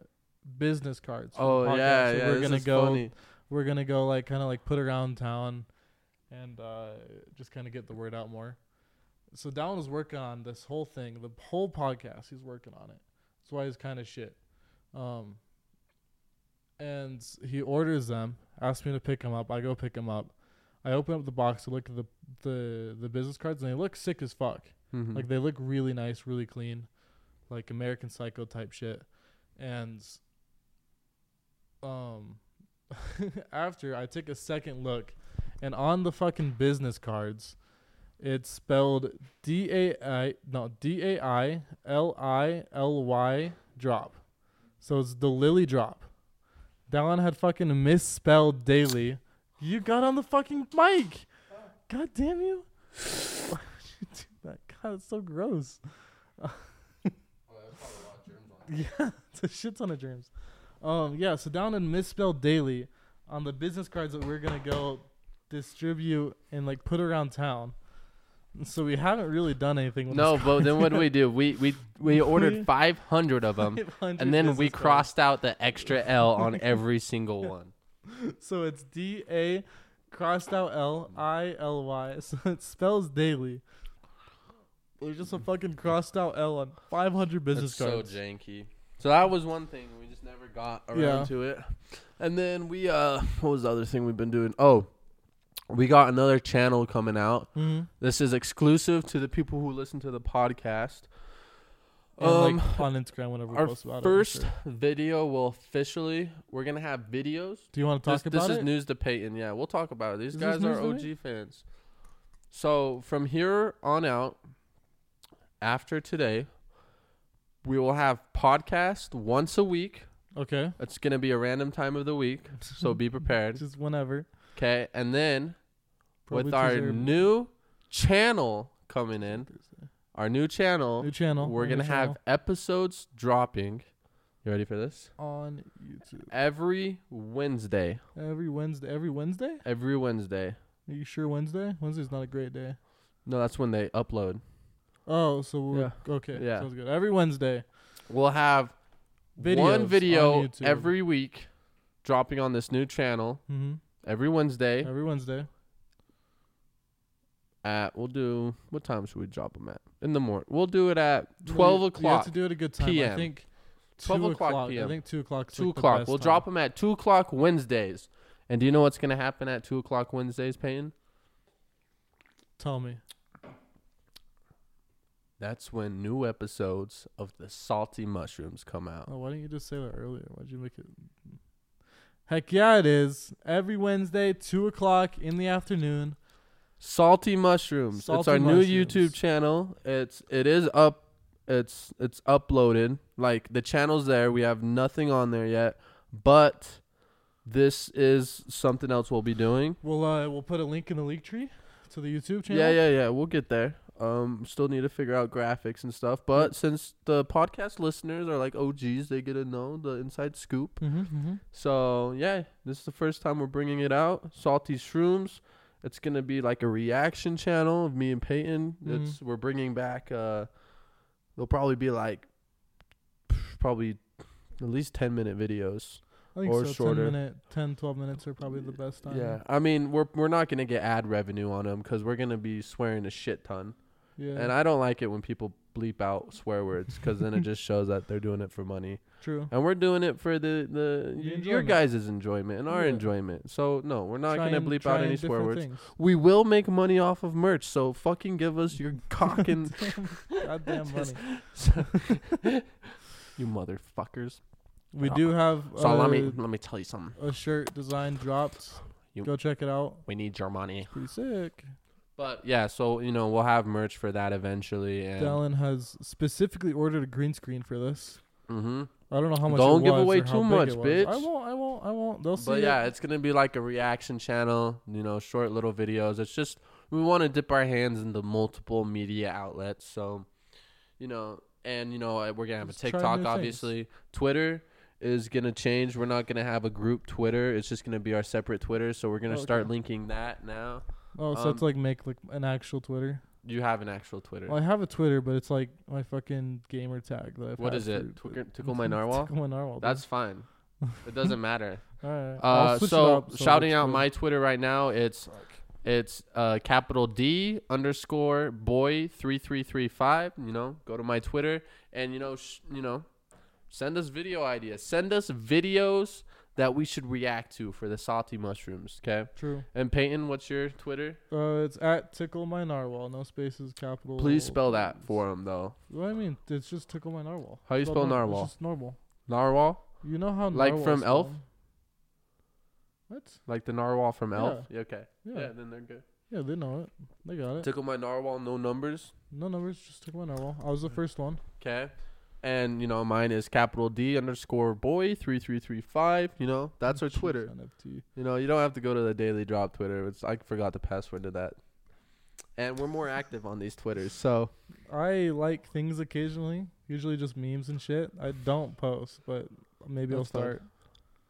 Speaker 1: business cards. for the
Speaker 2: Oh
Speaker 1: podcast.
Speaker 2: yeah,
Speaker 1: So
Speaker 2: yeah.
Speaker 1: We're
Speaker 2: this
Speaker 1: gonna
Speaker 2: is
Speaker 1: go.
Speaker 2: funny.
Speaker 1: We're gonna go like kind of like put around town, and uh, just kind of get the word out more. So Dallin is working on this whole thing, the whole podcast. He's working on it. That's why he's kind of shit. Um, and he orders them. Asks me to pick them up. I go pick them up. I open up the box to look at the the the business cards, and they look sick as fuck.
Speaker 2: Mhm.
Speaker 1: Like they look really nice, really clean, like American Psycho type shit. And um, after I took a second look, and on the fucking business cards, it's spelled D A I no D A I L I L Y drop. So it's the Lily drop. Dallin had fucking misspelled daily. You got on the fucking mic. God damn you. Why would you do that? God, it's so gross. Yeah, it's a shit ton of germs. Um, yeah, so down in misspelled daily on the business cards that we're gonna go distribute and like put around town. So we haven't really done anything. With
Speaker 2: No,
Speaker 1: this
Speaker 2: but then what do we do? We we we ordered 500 of them.
Speaker 1: 500
Speaker 2: and then
Speaker 1: business
Speaker 2: we
Speaker 1: cards.
Speaker 2: crossed out the extra L on every single one.
Speaker 1: So it's D A crossed out L I L Y. So it spells daily. There's just a fucking crossed out L on 500 business
Speaker 2: That's
Speaker 1: cards.
Speaker 2: so janky. So that was one thing we just never got around
Speaker 1: Yeah.
Speaker 2: to it. And then we uh, what was the other thing we've been doing? Oh, we got another channel coming out.
Speaker 1: hmm
Speaker 2: This is exclusive to the people who listen to the podcast.
Speaker 1: And
Speaker 2: Um,
Speaker 1: like on Instagram whenever we
Speaker 2: our
Speaker 1: post about it. I'm
Speaker 2: First
Speaker 1: sure.
Speaker 2: video will officially we're gonna have videos.
Speaker 1: Do you want to talk
Speaker 2: this,
Speaker 1: about
Speaker 2: this
Speaker 1: it?
Speaker 2: is news to Peyton. Yeah, we'll talk about it. These
Speaker 1: Is this
Speaker 2: guys are
Speaker 1: news
Speaker 2: OG
Speaker 1: to
Speaker 2: fans. So from here on out, after today, we will have podcast once a week.
Speaker 1: Okay.
Speaker 2: It's gonna be a random time of the week, so be prepared.
Speaker 1: Just whenever.
Speaker 2: Okay, and then
Speaker 1: Probably
Speaker 2: with our
Speaker 1: Tuesday or-
Speaker 2: new channel coming in,
Speaker 1: Tuesday.
Speaker 2: our new channel,
Speaker 1: new channel.
Speaker 2: we're
Speaker 1: new
Speaker 2: gonna have
Speaker 1: channel
Speaker 2: episodes dropping. You ready for this?
Speaker 1: on YouTube
Speaker 2: Every Wednesday.
Speaker 1: every Wednesday. Every Wednesday?
Speaker 2: Every Wednesday.
Speaker 1: Are you sure Wednesday? Wednesday's not a great day.
Speaker 2: No, that's when they upload.
Speaker 1: Oh, so we're okay.
Speaker 2: Yeah.
Speaker 1: sounds good. Every Wednesday,
Speaker 2: We'll have
Speaker 1: Videos
Speaker 2: one
Speaker 1: on
Speaker 2: video
Speaker 1: YouTube.
Speaker 2: every week dropping on this new channel
Speaker 1: hmm
Speaker 2: every Wednesday
Speaker 1: every Wednesday,
Speaker 2: at we'll do what time should we drop them at? In the morning. We'll do it at
Speaker 1: No, you-
Speaker 2: twelve
Speaker 1: You have
Speaker 2: o'clock.
Speaker 1: to do it at a good time. I
Speaker 2: PM.
Speaker 1: think
Speaker 2: 12
Speaker 1: two
Speaker 2: o'clock PM.
Speaker 1: I think two o'clock.
Speaker 2: two o'clock. We'll drop 'em drop them at two o'clock Wednesdays. And do you know what's gonna happen at two o'clock Wednesdays, Payne?
Speaker 1: Tell me.
Speaker 2: That's when new episodes of the Salty Mushrooms come out.
Speaker 1: Oh, why didn't you just say that earlier? Why'd you make it? Heck yeah, it is every Wednesday, two o'clock in the afternoon.
Speaker 2: Salty Mushrooms. it's
Speaker 1: Salty
Speaker 2: our new
Speaker 1: Mushrooms.
Speaker 2: YouTube channel. It's it is up. It's it's uploaded. Like the channel's there. We have nothing on there yet, but this is something else we'll be doing.
Speaker 1: We'll uh, we'll put a link in the link tree to the YouTube channel.
Speaker 2: Yeah, yeah, yeah. We'll get there. Um, still need to figure out graphics and stuff. But since the podcast listeners are like OGs, they get to know the inside scoop.
Speaker 1: Mm-hmm, mm-hmm.
Speaker 2: So yeah, this is the first time we're bringing it out. Salty Shrooms. It's gonna be like a reaction channel of me and Peyton.
Speaker 1: Mhm.
Speaker 2: It's we're bringing back. uh They'll probably be like, probably at least ten minute videos.
Speaker 1: I think
Speaker 2: Or
Speaker 1: so.
Speaker 2: shorter.
Speaker 1: 10 minute, 10, 12 minutes are probably the best time.
Speaker 2: Yeah, I mean we're we're not gonna get ad revenue on them because we're gonna be swearing a shit ton,
Speaker 1: Yeah.
Speaker 2: and I don't like it when people bleep out swear words because then it just shows that they're doing it for money.
Speaker 1: true.
Speaker 2: And we're doing it for the the
Speaker 1: Your
Speaker 2: y- your
Speaker 1: enjoyment.
Speaker 2: guys' enjoyment and our
Speaker 1: Yeah.
Speaker 2: enjoyment. So no, we're not
Speaker 1: Try
Speaker 2: gonna
Speaker 1: and-
Speaker 2: bleep
Speaker 1: try
Speaker 2: out
Speaker 1: and
Speaker 2: any swear
Speaker 1: different
Speaker 2: words.
Speaker 1: things.
Speaker 2: We will make money off of merch, so fucking give us your cock and
Speaker 1: Goddamn money.
Speaker 2: you motherfuckers.
Speaker 1: We do have
Speaker 2: So
Speaker 1: uh,
Speaker 2: let me let me tell you something.
Speaker 1: a shirt design dropped.
Speaker 2: You-
Speaker 1: Go check it out.
Speaker 2: We need your money.
Speaker 1: Pretty sick.
Speaker 2: But yeah, so you know we'll have merch for that eventually. And
Speaker 1: Dallin has specifically ordered a green screen for this.
Speaker 2: mm-hmm.
Speaker 1: I don't know how much.
Speaker 2: Don't
Speaker 1: it
Speaker 2: give
Speaker 1: was
Speaker 2: away
Speaker 1: or how
Speaker 2: too
Speaker 1: big
Speaker 2: much,
Speaker 1: it was.
Speaker 2: bitch.
Speaker 1: I won't. I won't. I won't. They'll see.
Speaker 2: But
Speaker 1: it.
Speaker 2: yeah, it's gonna be like a reaction channel. You know, short little videos. It's just we want to dip our hands into multiple media outlets. So, you know, and you know uh, we're gonna have
Speaker 1: Just
Speaker 2: a
Speaker 1: try
Speaker 2: TikTok,
Speaker 1: new
Speaker 2: obviously. Twitter is gonna change. We're not gonna have a group Twitter. It's just gonna be our separate Twitter. So we're gonna
Speaker 1: Okay.
Speaker 2: start linking that now.
Speaker 1: Oh, so it's
Speaker 2: um,
Speaker 1: like make like an actual Twitter.
Speaker 2: You have an actual Twitter.
Speaker 1: Well, I have a Twitter, but it's like my fucking gamer tag that I've
Speaker 2: what
Speaker 1: had
Speaker 2: is
Speaker 1: for-
Speaker 2: it? Twicker, tickle my narwhal.
Speaker 1: Tickle my narwhal. dude.
Speaker 2: That's fine. It doesn't matter.
Speaker 1: All right. I'll
Speaker 2: Uh,
Speaker 1: switch it
Speaker 2: so
Speaker 1: up,
Speaker 2: shouting
Speaker 1: it's
Speaker 2: out
Speaker 1: good.
Speaker 2: my Twitter right now. It's it's uh, capital D underscore boy three three three five. You know, go to my Twitter and you know sh- you know, send us video ideas. Send us videos that we should react to for the salty mushrooms. Okay.
Speaker 1: true.
Speaker 2: And Peyton, what's your Twitter?
Speaker 1: Uh, it's at tickle my narwhal. No spaces. Capital.
Speaker 2: Please spell that for him though.
Speaker 1: What do I mean? It's just tickle my narwhal.
Speaker 2: How you
Speaker 1: Spelled
Speaker 2: spell
Speaker 1: nor-
Speaker 2: narwhal?
Speaker 1: It's just normal.
Speaker 2: Narwhal,
Speaker 1: You know how
Speaker 2: Like
Speaker 1: narwhal
Speaker 2: from
Speaker 1: is
Speaker 2: Elf?
Speaker 1: spelled. What?
Speaker 2: like the narwhal from Elf. Yeah, okay. Yeah.
Speaker 1: Yeah. yeah.
Speaker 2: then they're good.
Speaker 1: they know it. They got it.
Speaker 2: Tickle my narwhal, no numbers.
Speaker 1: No numbers, just tickle my narwhal. I was the first one.
Speaker 2: Okay. And you know, mine is capital D underscore boy three three three five. You know, that's our
Speaker 1: Chief
Speaker 2: Twitter.
Speaker 1: NFT.
Speaker 2: You know, you don't have to go to the daily drop Twitter. It's I forgot the password to that. And we're more active on these Twitters, so
Speaker 1: I like things occasionally, usually just memes and shit. I don't post, but maybe I'll
Speaker 2: That's fine.
Speaker 1: start.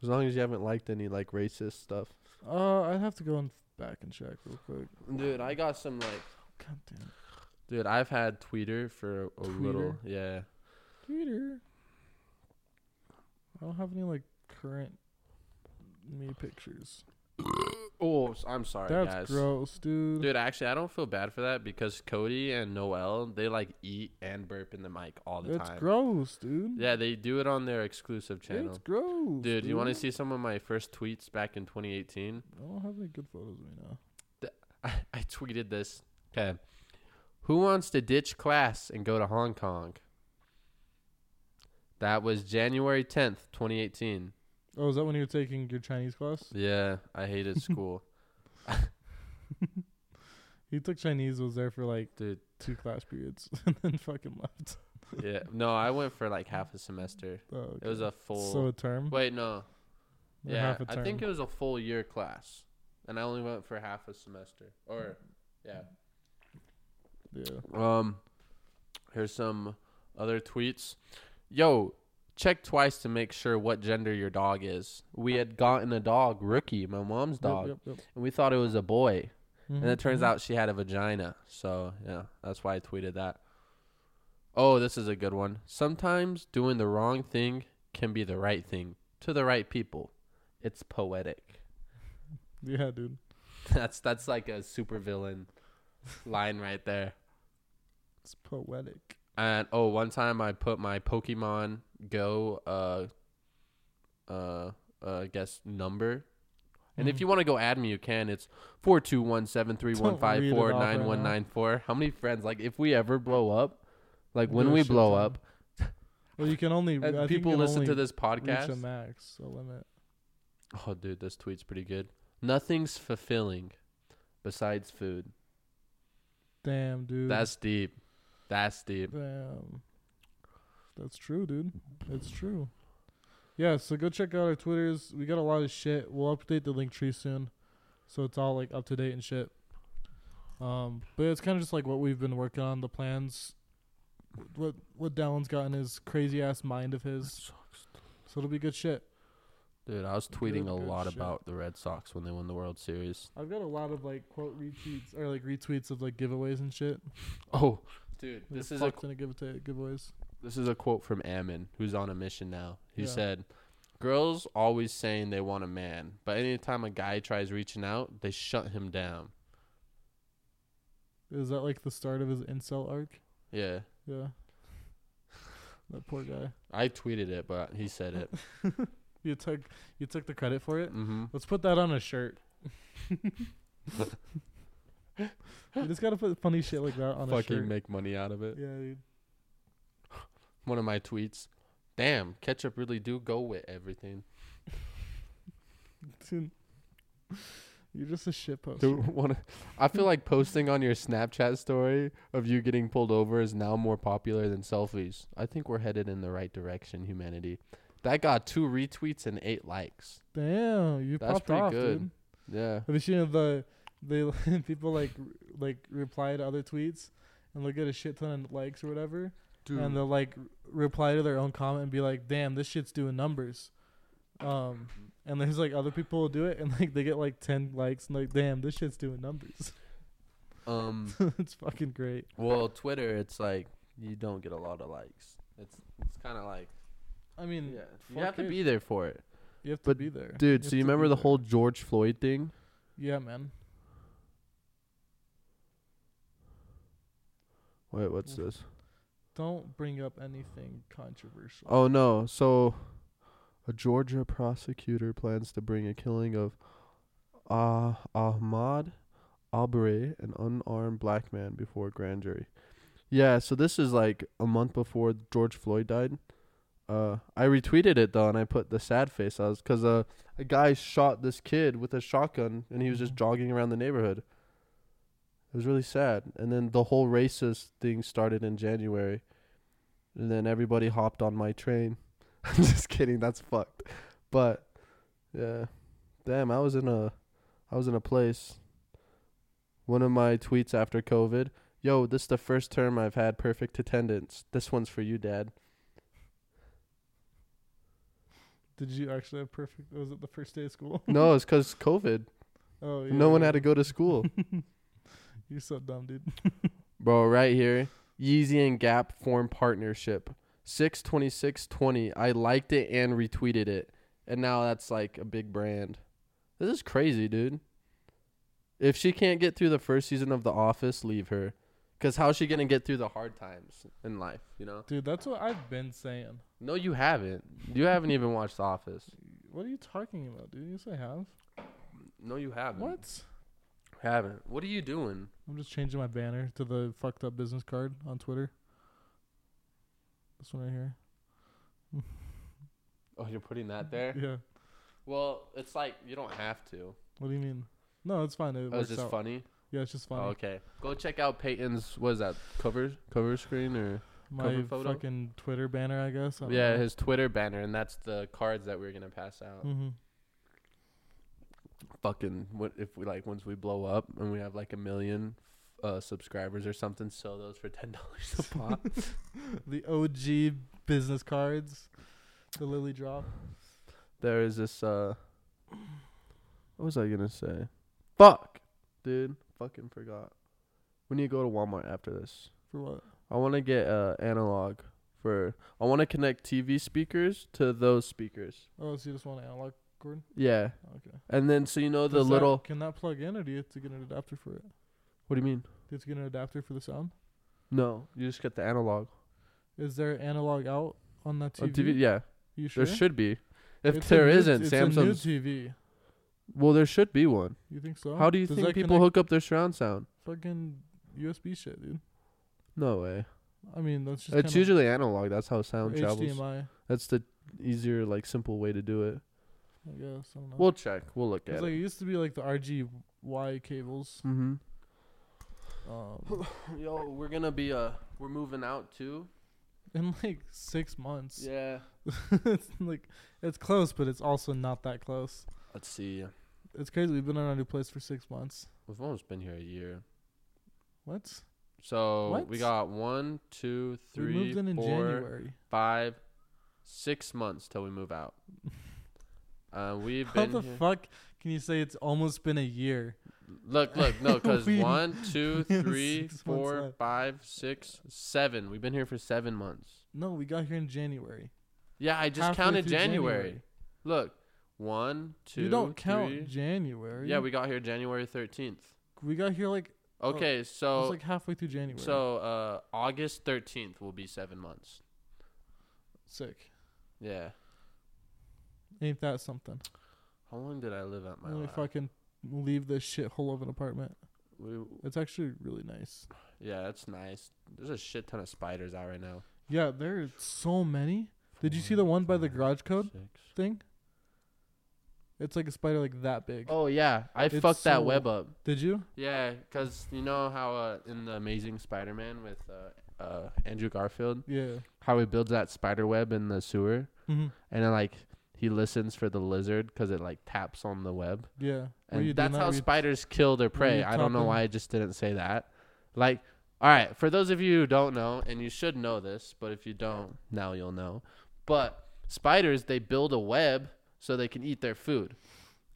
Speaker 2: as long as you haven't liked any like racist stuff.
Speaker 1: Uh, I'd have to go and back and check real quick.
Speaker 2: Dude, I got some like
Speaker 1: God damn it.
Speaker 2: dude, I've had Twitter for a little
Speaker 1: Tweeter?
Speaker 2: yeah.
Speaker 1: Twitter. I don't have any like current me pictures.
Speaker 2: Oh, s- I'm sorry
Speaker 1: That's
Speaker 2: guys.
Speaker 1: gross, dude.
Speaker 2: Dude, actually I don't feel bad for that because Cody and Noel, they like eat and burp in the mic all the
Speaker 1: That's
Speaker 2: time.
Speaker 1: gross, dude.
Speaker 2: Yeah, they do it on their exclusive channel.
Speaker 1: It's gross.
Speaker 2: Dude, you want to see some of my first tweets back in 2018?
Speaker 1: I don't have any good photos of me now.
Speaker 2: I, I tweeted this. Okay. Who wants to ditch class and go to Hong Kong? That was January 10th, 2018.
Speaker 1: Oh, is that when you were taking your Chinese class?
Speaker 2: Yeah, I hated school.
Speaker 1: He took Chinese, was there for like
Speaker 2: Dude.
Speaker 1: two class periods, and then fucking left.
Speaker 2: yeah. No, I went for like half a semester.
Speaker 1: Oh, okay.
Speaker 2: It was a full.
Speaker 1: so a term.
Speaker 2: wait, no.
Speaker 1: or
Speaker 2: Yeah.
Speaker 1: half a term.
Speaker 2: I think it was a full year class. and I only went for half a semester. Or yeah.
Speaker 1: Yeah.
Speaker 2: Um, here's some other tweets. Yo, check twice to make sure what gender your dog is. We had gotten a dog, Rookie, my mom's dog,
Speaker 1: Yep, yep, yep.
Speaker 2: and we thought it was a boy. And it
Speaker 1: Mhm,
Speaker 2: turns
Speaker 1: mhm.
Speaker 2: out she had a vagina. So, yeah, that's why I tweeted that. Oh, this is a good one. Sometimes doing the wrong thing can be the right thing to the right people. It's poetic.
Speaker 1: Yeah, dude.
Speaker 2: That's that's like a supervillain line right there.
Speaker 1: It's poetic.
Speaker 2: And oh, one time I put my Pokemon Go uh uh uh I guess number. And if
Speaker 1: Mhm.
Speaker 2: you want to go add me, you can. It's four two one seven three one
Speaker 1: Don't read
Speaker 2: five
Speaker 1: it
Speaker 2: four
Speaker 1: off right
Speaker 2: nine one nine four. How many friends? Like if we ever blow up, like when
Speaker 1: Do a
Speaker 2: we
Speaker 1: shit
Speaker 2: blow
Speaker 1: ton.
Speaker 2: up,
Speaker 1: Well, you can only I
Speaker 2: and
Speaker 1: think you
Speaker 2: people
Speaker 1: can
Speaker 2: listen
Speaker 1: only
Speaker 2: to this
Speaker 1: Reach a
Speaker 2: podcast.
Speaker 1: max, a limit.
Speaker 2: Oh, dude, this tweet's pretty good. Nothing's fulfilling besides food.
Speaker 1: Damn, dude.
Speaker 2: That's deep. That's deep.
Speaker 1: Damn. That's true, dude. It's true. Yeah, so go check out our Twitters. We got a lot of shit. We'll update the link tree soon. So it's all like up to date and shit. Um, but it's kind of just like what we've been working on, the plans. What what Dallin's got in his crazy ass mind of his. So it'll be good shit.
Speaker 2: Dude, I was
Speaker 1: Good,
Speaker 2: tweeting a
Speaker 1: good
Speaker 2: lot
Speaker 1: shit.
Speaker 2: about the Red Sox when they won the World Series.
Speaker 1: I've got a lot of like quote retweets or like retweets of like giveaways and shit.
Speaker 2: Oh, dude, this
Speaker 1: Like,
Speaker 2: is a
Speaker 1: fuck ton of give giveaways.
Speaker 2: This is a quote from Ammon, who's on a mission now. He
Speaker 1: Yeah.
Speaker 2: said, Girls always saying they want a man, but anytime a guy tries reaching out, they shut him down.
Speaker 1: Is that like the start of his incel arc?
Speaker 2: Yeah.
Speaker 1: Yeah. that poor guy.
Speaker 2: I tweeted it, but he said it.
Speaker 1: You took you took the credit for it.
Speaker 2: hmm
Speaker 1: Let's put that on a shirt. you just gotta put funny shit like that on a
Speaker 2: Fucking
Speaker 1: shirt.
Speaker 2: make money out of it.
Speaker 1: yeah, dude.
Speaker 2: One of my tweets. Damn, ketchup really do go with everything.
Speaker 1: Dude, You're just a shit poster.
Speaker 2: Dude, wanna, I feel like posting on your Snapchat story of you getting pulled over is now more popular than selfies. I think we're headed in the right direction, humanity. That got two retweets and eight likes.
Speaker 1: Damn, you
Speaker 2: That's
Speaker 1: popped
Speaker 2: pretty
Speaker 1: off,
Speaker 2: good.
Speaker 1: dude.
Speaker 2: Yeah.
Speaker 1: Have you seen the they people like r- like reply to other tweets and they'll get a shit ton of likes or whatever, and they'll like r- reply to their own comment and be like, "Damn, this shit's doing numbers." Um, and there's like other people will do it and like they get like ten likes and like, "Damn, this shit's doing numbers."
Speaker 2: Um.
Speaker 1: it's fucking great.
Speaker 2: well, Twitter, it's like you don't get a lot of likes. It's it's kind of like
Speaker 1: I mean,
Speaker 2: yeah, you have to
Speaker 1: fuck it.
Speaker 2: be there for it,
Speaker 1: you have to
Speaker 2: but
Speaker 1: be there,
Speaker 2: dude.
Speaker 1: have
Speaker 2: so you
Speaker 1: to be
Speaker 2: remember the
Speaker 1: there.
Speaker 2: whole George Floyd thing?
Speaker 1: Yeah, man.
Speaker 2: Wait, what's
Speaker 1: Yeah.
Speaker 2: this?
Speaker 1: Don't bring up anything controversial.
Speaker 2: Oh no! So, a Georgia prosecutor plans to bring a killing of uh, Ahmad Aubrey, an unarmed black man, before a grand jury. Yeah, so this is like a month before George Floyd died. Uh, I retweeted it though, and I put the sad face. I was because uh, a guy shot this kid with a shotgun, and he was just
Speaker 1: Mhm.
Speaker 2: jogging around the neighborhood. It was really sad, and then the whole racist thing started in January, and then everybody hopped on my train. I'm just kidding. That's fucked. But yeah, damn, I was in a, I was in a place. One of my tweets after COVID, yo, this is the first term I've had perfect attendance. This one's for you, Dad.
Speaker 1: Did you actually have perfect? Was it the first day of school?
Speaker 2: No, it's cause COVID.
Speaker 1: Oh, yeah,
Speaker 2: No one
Speaker 1: yeah.
Speaker 2: had to go to school,
Speaker 1: You're so dumb, dude.
Speaker 2: bro. Right here, Yeezy and Gap form partnership. Six twenty six twenty. I liked it and retweeted it, and now that's like a big brand. This is crazy, dude. If she can't get through the first season of The Office, leave her. Cause how's she gonna get through the hard times in life? You know.
Speaker 1: Dude, that's what I've been saying.
Speaker 2: No, you haven't. You haven't even watched The Office.
Speaker 1: What are you talking about, dude? Yes, I have.
Speaker 2: No, you haven't.
Speaker 1: What?
Speaker 2: Haven't. What are you doing?
Speaker 1: I'm just changing my banner to the fucked up business card on Twitter. This one right here.
Speaker 2: Oh, you're putting that there.
Speaker 1: Yeah.
Speaker 2: Well, it's like you don't have to.
Speaker 1: What do you mean? No, it's fine. It
Speaker 2: It was
Speaker 1: works
Speaker 2: Oh, just
Speaker 1: out.
Speaker 2: funny.
Speaker 1: Yeah, it's just funny.
Speaker 2: Oh, okay, go check out Peyton's. What is that cover cover screen or?
Speaker 1: My
Speaker 2: cover photo?
Speaker 1: fucking Twitter banner, I guess. I don't
Speaker 2: yeah,
Speaker 1: know.
Speaker 2: Hmm. his Twitter banner, and that's the cards that we are gonna pass out.
Speaker 1: Mm-hmm.
Speaker 2: fucking what if we like once we blow up and we have like a million uh subscribers or something, sell those for ten dollars a pop.
Speaker 1: the OG business cards, the Lily Drop.
Speaker 2: there is this uh what was I gonna say? Fuck dude, fucking forgot. We need to go to Walmart after this.
Speaker 1: For what?
Speaker 2: I wanna get uh analog for I wanna connect TV speakers to those speakers.
Speaker 1: Oh, so you just want an analog cord?
Speaker 2: Yeah.
Speaker 1: Okay.
Speaker 2: And then so you know the
Speaker 1: Does that-
Speaker 2: little
Speaker 1: Can that plug in, or do you have to get an adapter for it? Do
Speaker 2: what do you mean?
Speaker 1: you have to get an adapter for the sound?
Speaker 2: No, you just get the analog.
Speaker 1: Is there analog out on that
Speaker 2: On
Speaker 1: TV?
Speaker 2: TV yeah.
Speaker 1: You sure?
Speaker 2: There should be. If
Speaker 1: It's a
Speaker 2: there
Speaker 1: new-
Speaker 2: isn't,
Speaker 1: it's
Speaker 2: Samsung's
Speaker 1: a new TV.
Speaker 2: well, there should be one.
Speaker 1: You think so?
Speaker 2: How do you
Speaker 1: Does
Speaker 2: think
Speaker 1: that
Speaker 2: people
Speaker 1: connect
Speaker 2: hook up their surround sound?
Speaker 1: fucking USB shit, dude?
Speaker 2: No way.
Speaker 1: I mean, that's just
Speaker 2: It's
Speaker 1: kinda
Speaker 2: usually analog. That's how sound travels.
Speaker 1: HDMI.
Speaker 2: That's the easier, like, simple way to do it.
Speaker 1: I guess I don't know.
Speaker 2: We'll check. We'll look
Speaker 1: it's
Speaker 2: at
Speaker 1: like
Speaker 2: it.
Speaker 1: it used to be like the RGY cables.
Speaker 2: mm-hmm.
Speaker 1: Um,
Speaker 2: Yo, we're gonna be uh, we're moving out too.
Speaker 1: in like six months.
Speaker 2: Yeah.
Speaker 1: it's like it's close, but it's also not that close.
Speaker 2: Let's see.
Speaker 1: It's crazy. We've been on our new place for six months.
Speaker 2: We've almost been here a year.
Speaker 1: What?
Speaker 2: So we
Speaker 1: What?
Speaker 2: got one, two,
Speaker 1: we
Speaker 2: three,
Speaker 1: moved in in
Speaker 2: four,
Speaker 1: January.
Speaker 2: five, six months till we move out. Uh, we've
Speaker 1: How
Speaker 2: been
Speaker 1: the
Speaker 2: here-
Speaker 1: fuck can you say it's almost been a year?
Speaker 2: Look, look, no, because
Speaker 1: We-
Speaker 2: one, two,
Speaker 1: we have
Speaker 2: three,
Speaker 1: six months
Speaker 2: four,
Speaker 1: left.
Speaker 2: five, six, seven. We've been here for seven months.
Speaker 1: No, we got here in January.
Speaker 2: Yeah, I just
Speaker 1: Halfway
Speaker 2: counted
Speaker 1: through
Speaker 2: January. Look, one, two,
Speaker 1: you don't count
Speaker 2: three-
Speaker 1: January.
Speaker 2: Yeah, we got here January thirteenth.
Speaker 1: we got here like
Speaker 2: Okay,
Speaker 1: it
Speaker 2: so
Speaker 1: Oh, was like halfway through January.
Speaker 2: so uh, August thirteenth will be seven months.
Speaker 1: sick.
Speaker 2: Yeah.
Speaker 1: Ain't that something?
Speaker 2: How long did I live at my?
Speaker 1: When we
Speaker 2: last-
Speaker 1: fucking leave this shithole of an apartment.
Speaker 2: We,
Speaker 1: It's actually really nice.
Speaker 2: yeah, that's nice. There's a shit ton of spiders out right now.
Speaker 1: Yeah, there are so many. Did you see the one by the garage code
Speaker 2: Six.
Speaker 1: thing? It's like a spider like that big.
Speaker 2: Oh yeah, I
Speaker 1: It's
Speaker 2: fucked that
Speaker 1: so-
Speaker 2: web up.
Speaker 1: Did you?
Speaker 2: Yeah, because you know how uh, in the Amazing Spider-Man with uh, uh, Andrew Garfield,
Speaker 1: Yeah.
Speaker 2: how he builds that spider web in the sewer,
Speaker 1: Mm-hmm.
Speaker 2: and then like he listens for the lizard because it like taps on the web,
Speaker 1: Yeah. Were you
Speaker 2: and
Speaker 1: doing
Speaker 2: that's
Speaker 1: that?
Speaker 2: how
Speaker 1: Were you-
Speaker 2: spiders kill their prey.
Speaker 1: you
Speaker 2: I don't know
Speaker 1: talking-
Speaker 2: why I just didn't say that. Like, all right, for those of you who don't know, and you should know this, but if you don't, now you'll know. But spiders, they build a web so they can eat their food.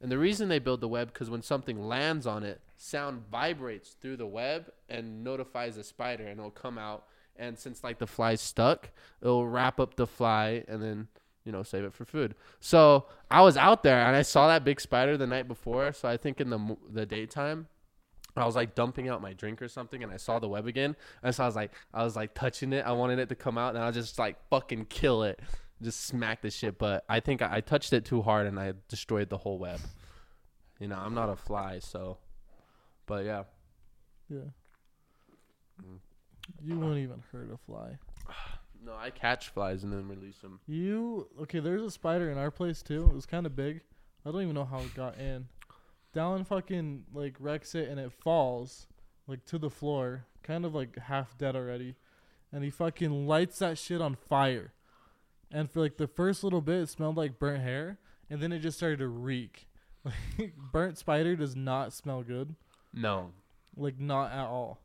Speaker 2: And the reason they build the web because when something lands on it, sound vibrates through the web and notifies a spider, and it'll come out. And since like the fly's stuck, it'll wrap up the fly and then you know save it for food. So I was out there and I saw that big spider the night before. So I think in the mo- the daytime. I was like dumping out my drink or something, and I saw the web again. And so I was like, I was like touching it. I wanted it to come out, and I was just like fucking kill it, just smack the shit. But I think I, I touched it too hard, and I destroyed the whole web. You know, I'm not a fly, so. But yeah,
Speaker 1: Yeah.
Speaker 2: Mm.
Speaker 1: You won't even hurt a fly.
Speaker 2: no, I catch flies and then release them.
Speaker 1: You okay? There's a spider in our place too. It was kind of big. I don't even know how it got in. Dallin fucking like wrecks it and it falls like to the floor, kind of like half dead already. And he fucking lights that shit on fire. And for like the first little bit, it smelled like burnt hair, and then it just started to reek. Like burnt spider does not smell good,
Speaker 2: No,
Speaker 1: like not at all.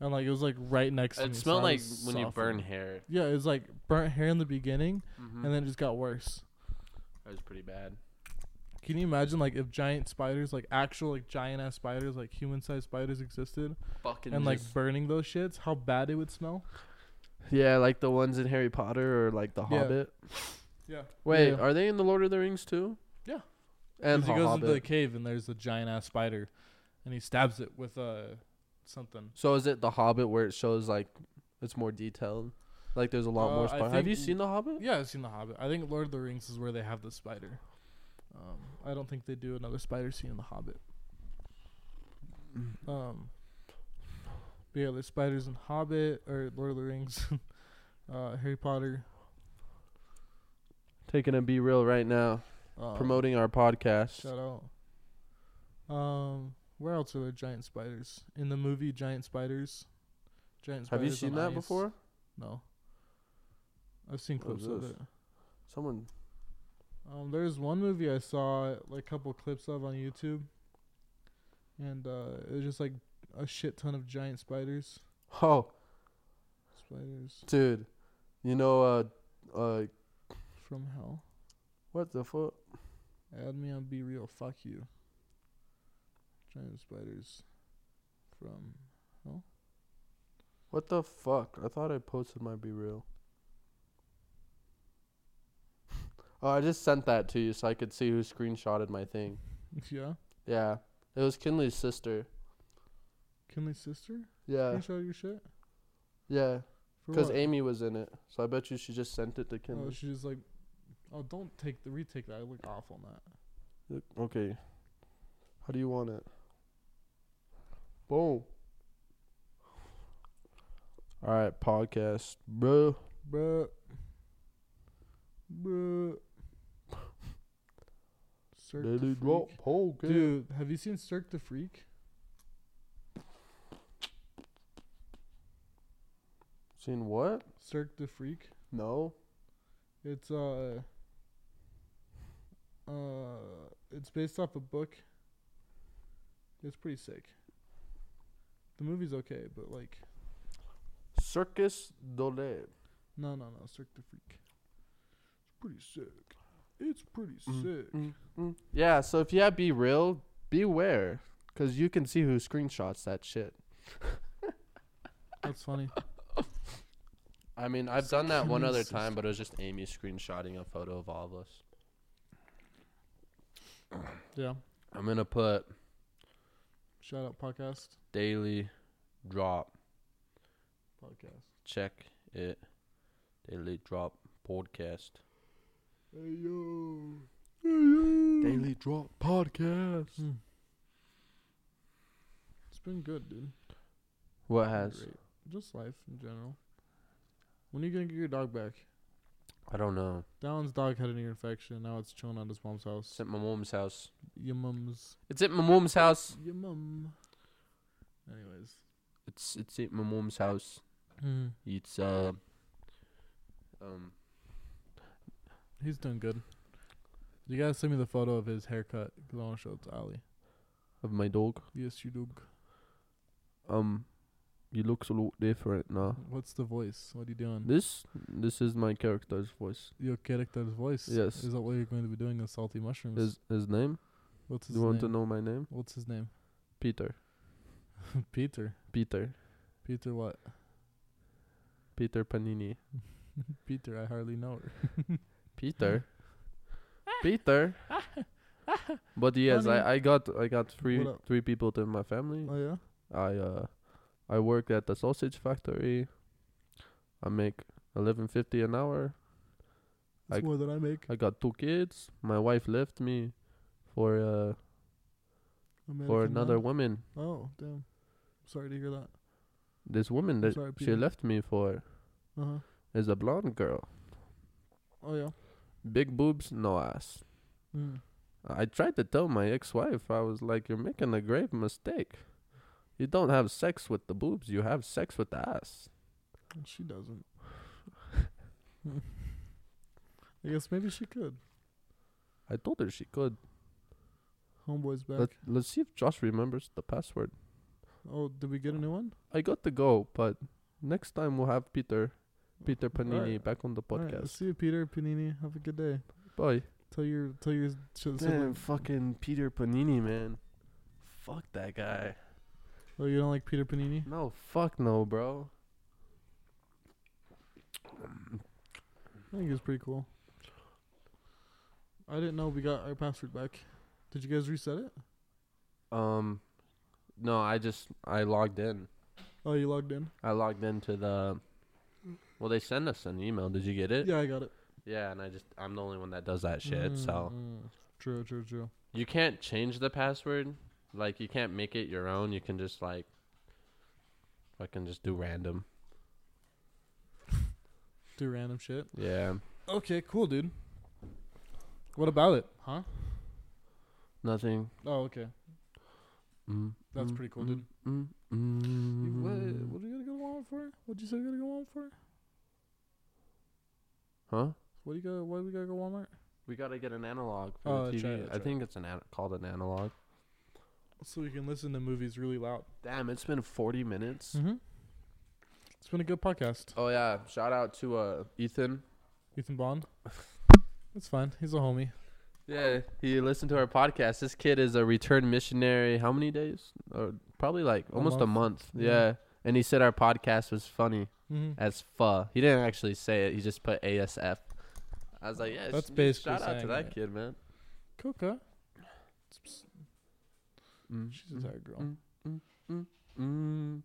Speaker 1: And like it was like right next to me.
Speaker 2: it
Speaker 1: so
Speaker 2: smelled
Speaker 1: I
Speaker 2: like
Speaker 1: was
Speaker 2: when you
Speaker 1: soft.
Speaker 2: burn hair.
Speaker 1: Yeah, it was like burnt hair in the beginning,
Speaker 2: Mm-hmm.
Speaker 1: and then it just got worse.
Speaker 2: That was pretty bad.
Speaker 1: Can you imagine like if giant spiders, like actual like giant ass spiders, like human sized spiders existed,
Speaker 2: Fucking
Speaker 1: and like
Speaker 2: just-
Speaker 1: burning those shits, how bad it would smell?
Speaker 2: yeah, like the ones in Harry Potter or like the
Speaker 1: Yeah.
Speaker 2: Hobbit.
Speaker 1: Yeah.
Speaker 2: Wait,
Speaker 1: Yeah.
Speaker 2: are they in the Lord of the Rings too?
Speaker 1: Yeah.
Speaker 2: and
Speaker 1: he
Speaker 2: the
Speaker 1: goes
Speaker 2: Hobbit.
Speaker 1: into the cave and there's a giant ass spider, and he stabs it with uh something.
Speaker 2: so is it the Hobbit where it shows like it's more detailed? Like there's a lot
Speaker 1: Uh,
Speaker 2: more.
Speaker 1: I
Speaker 2: Spiders. Have you
Speaker 1: think-
Speaker 2: seen the Hobbit?
Speaker 1: Yeah, I've seen The Hobbit. I think Lord of the Rings is where they have the spider. Um, I don't think they do another spider scene in The Hobbit.
Speaker 2: Mm.
Speaker 1: Um, but yeah, there's spiders in Hobbit or Lord of the Rings, uh, Harry Potter.
Speaker 2: Taking a be real right now,
Speaker 1: Um,
Speaker 2: promoting our podcast.
Speaker 1: Shout out. Um, where else are there giant spiders in the movie? Giant spiders. Giant
Speaker 2: Have
Speaker 1: spiders.
Speaker 2: you
Speaker 1: on
Speaker 2: seen that
Speaker 1: ice.
Speaker 2: before?
Speaker 1: No. I've seen
Speaker 2: What is
Speaker 1: clips of
Speaker 2: this?
Speaker 1: it.
Speaker 2: Someone
Speaker 1: Um, there's one movie I saw like a couple clips of on YouTube, and uh, it was just like a shit ton of giant spiders.
Speaker 2: Oh,
Speaker 1: Spiders
Speaker 2: dude, you know, uh, uh,
Speaker 1: from hell.
Speaker 2: what the fuck?
Speaker 1: Add me on Be Real. Fuck you. Giant spiders from
Speaker 2: What the fuck? I thought I posted my be real. oh, I just sent that to you so I could see who screenshotted my thing.
Speaker 1: yeah.
Speaker 2: Yeah, it was Kinley's sister.
Speaker 1: Kinley's sister.
Speaker 2: Yeah,
Speaker 1: Can show your shit?
Speaker 2: yeah,
Speaker 1: For
Speaker 2: because
Speaker 1: what?
Speaker 2: Amy was in it, so I bet you she just sent it to
Speaker 1: Oh,
Speaker 2: Kinley.
Speaker 1: she's just like, oh, don't take the retake that. I look awful on that.
Speaker 2: Look, Okay, how do you want it? Boom. All right, podcast, bro.
Speaker 1: Bruh. Bruh. Cirque du
Speaker 2: Daily
Speaker 1: Freak.
Speaker 2: drop podcast.
Speaker 1: Dude, have you seen Cirque the Freak?
Speaker 2: Seen what?
Speaker 1: Cirque the Freak.
Speaker 2: No.
Speaker 1: It's uh uh it's based off a book. It's pretty sick. The movie's okay, but like
Speaker 2: Circus Dole.
Speaker 1: no no no, Cirque the Freak. It's pretty sick. It's pretty
Speaker 2: Mm-hmm.
Speaker 1: sick. Mm-hmm.
Speaker 2: Yeah, so if you have Be Real, beware. Because you can see who screenshots that shit.
Speaker 1: That's funny.
Speaker 2: I mean, I've done that one other time, but it was just Amy screenshotting a photo of all of us.
Speaker 1: Yeah.
Speaker 2: I'm going to put
Speaker 1: Shout out podcast.
Speaker 2: daily drop.
Speaker 1: Podcast.
Speaker 2: Check it. Daily drop podcast.
Speaker 1: Hey yo. Hey yo.
Speaker 2: drop podcast.
Speaker 1: It's been good, dude.
Speaker 2: What
Speaker 1: Been
Speaker 2: has?
Speaker 1: great. Just life in general. When are you gonna get your dog back?
Speaker 2: I don't know.
Speaker 1: Dallin's dog had an ear infection. Now it's chilling at his mom's house.
Speaker 2: It's at my mom's house.
Speaker 1: Your mum's.
Speaker 2: It's at my mom's house.
Speaker 1: Your mum. Anyways. Mm-hmm.
Speaker 2: It's it's at my mom's house. It's uh um
Speaker 1: He's doing good. You gotta send me the photo of his haircut 'cause I want to show it to Ali.
Speaker 2: of my dog.
Speaker 1: Yes, you do.
Speaker 2: Um, he looks a lot different now.
Speaker 1: What's the voice? What are you doing?
Speaker 2: This this is my character's voice.
Speaker 1: Your character's voice.
Speaker 2: Yes.
Speaker 1: Is that what you're going to be doing in Salty Mushrooms?
Speaker 2: His his name.
Speaker 1: What's
Speaker 2: Do
Speaker 1: his
Speaker 2: you want
Speaker 1: name?
Speaker 2: to know my name?
Speaker 1: What's his name?
Speaker 2: Peter.
Speaker 1: Peter.
Speaker 2: Peter.
Speaker 1: Peter what?
Speaker 2: Peter Panini.
Speaker 1: Peter, I hardly know her.
Speaker 2: Peter. Peter. but yes,
Speaker 1: Honey.
Speaker 2: I, I got I got three
Speaker 1: What up?
Speaker 2: three people to my family.
Speaker 1: Oh, yeah?
Speaker 2: I uh I work at the sausage factory. I make eleven fifty an hour.
Speaker 1: That's
Speaker 2: I-
Speaker 1: more than I make.
Speaker 2: I got two kids. My wife left me for uh for another woman.
Speaker 1: Oh, damn. Sorry to hear that.
Speaker 2: This woman that
Speaker 1: Sorry,
Speaker 2: she
Speaker 1: Peter.
Speaker 2: left me for
Speaker 1: Uh huh.
Speaker 2: is a blonde girl.
Speaker 1: Oh, yeah.
Speaker 2: Big boobs, no ass.
Speaker 1: Mm.
Speaker 2: I tried to tell my ex-wife I was like you're making a grave mistake. You don't have sex with the boobs, you have sex with the ass.
Speaker 1: She doesn't. I guess maybe she could.
Speaker 2: I told her she could.
Speaker 1: Homeboy's back.
Speaker 2: Let, let's see if Josh remembers the password.
Speaker 1: oh, did we get a new one?
Speaker 2: I got to go, but next time we'll have Peter Peter Panini
Speaker 1: Alright.
Speaker 2: back on the
Speaker 1: All right,
Speaker 2: podcast.
Speaker 1: see you, Peter Panini. Have a good day.
Speaker 2: Bye.
Speaker 1: Tell your tell your ch-
Speaker 2: Damn,
Speaker 1: sibling.
Speaker 2: fucking Peter Panini, man. Fuck that guy.
Speaker 1: Oh, you don't like Peter Panini?
Speaker 2: No, fuck no, bro.
Speaker 1: I think it's pretty cool. I didn't know we got our password back. Did you guys reset it?
Speaker 2: Um, no, I just I logged in.
Speaker 1: Oh, you logged in.
Speaker 2: I logged into the. Well, they send us an email. Did you get it?
Speaker 1: Yeah, I got it.
Speaker 2: Yeah, and I just I'm the only one that does that shit. So
Speaker 1: Mm, true, true, true.
Speaker 2: you can't change the password. Like you can't make it your own. You can just like. I can just do random.
Speaker 1: Do random shit.
Speaker 2: Yeah.
Speaker 1: Okay, cool, dude. What about it? Huh?
Speaker 2: Nothing.
Speaker 1: Oh, okay.
Speaker 2: Mm,
Speaker 1: That's
Speaker 2: mm,
Speaker 1: pretty cool,
Speaker 2: mm,
Speaker 1: dude.
Speaker 2: Mm,
Speaker 1: You-
Speaker 2: mm.
Speaker 1: What, what are you gonna go on for? What'd you say you gotta go on for?
Speaker 2: Huh?
Speaker 1: What do you got? Why we gotta go Walmart?
Speaker 2: We gotta get an analog for
Speaker 1: Oh,
Speaker 2: the
Speaker 1: that's
Speaker 2: TV.
Speaker 1: right, that's
Speaker 2: I
Speaker 1: right.
Speaker 2: think it's an an- called an analog.
Speaker 1: so you can listen to movies really loud.
Speaker 2: Damn, it's been 40 minutes.
Speaker 1: Mm-hmm. It's been a good podcast.
Speaker 2: Oh yeah, shout out to uh Ethan.
Speaker 1: Ethan Bond. It's fine. He's a homie.
Speaker 2: Yeah, he listened to our podcast. This kid is a returned missionary. How many days? Uh, probably like
Speaker 1: A
Speaker 2: almost a month.
Speaker 1: Yeah.
Speaker 2: Yeah. And he said our podcast was funny
Speaker 1: Mm-hmm.
Speaker 2: as fuh. He didn't actually say it. He just put ASF. I was like, yeah,
Speaker 1: That's
Speaker 2: sh-
Speaker 1: basically
Speaker 2: shout out to
Speaker 1: saying
Speaker 2: that
Speaker 1: it.
Speaker 2: kid, man.
Speaker 1: Coca.
Speaker 2: Mm,
Speaker 1: She's a
Speaker 2: mm,
Speaker 1: tired girl.
Speaker 2: mm, mm, mm, mm.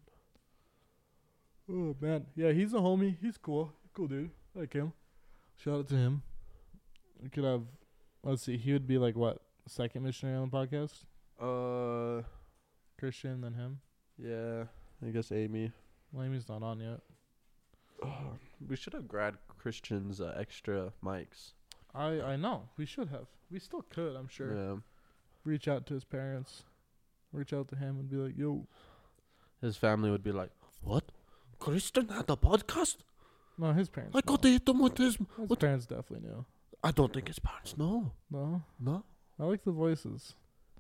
Speaker 1: Oh man, yeah, he's a homie. He's cool. Cool dude. I like him. Shout out to him. We could have. Let's see. He would be like what second missionary on the podcast?
Speaker 2: Uh,
Speaker 1: Christian, then him.
Speaker 2: yeah. I guess Amy.
Speaker 1: Lamy's not on yet.
Speaker 2: we should have grad Christian's uh, extra mics.
Speaker 1: I I know we should have. We still could. I'm sure.
Speaker 2: Yeah.
Speaker 1: Reach out to his parents. Reach out to him and be like, yo.
Speaker 2: His family would be like, "What? Christian had a podcast?
Speaker 1: No, his parents.
Speaker 2: I
Speaker 1: know.
Speaker 2: got to hit him with his.
Speaker 1: His
Speaker 2: what-
Speaker 1: parents definitely knew.
Speaker 2: I don't think his parents know.
Speaker 1: No,
Speaker 2: No.
Speaker 1: I like the voices.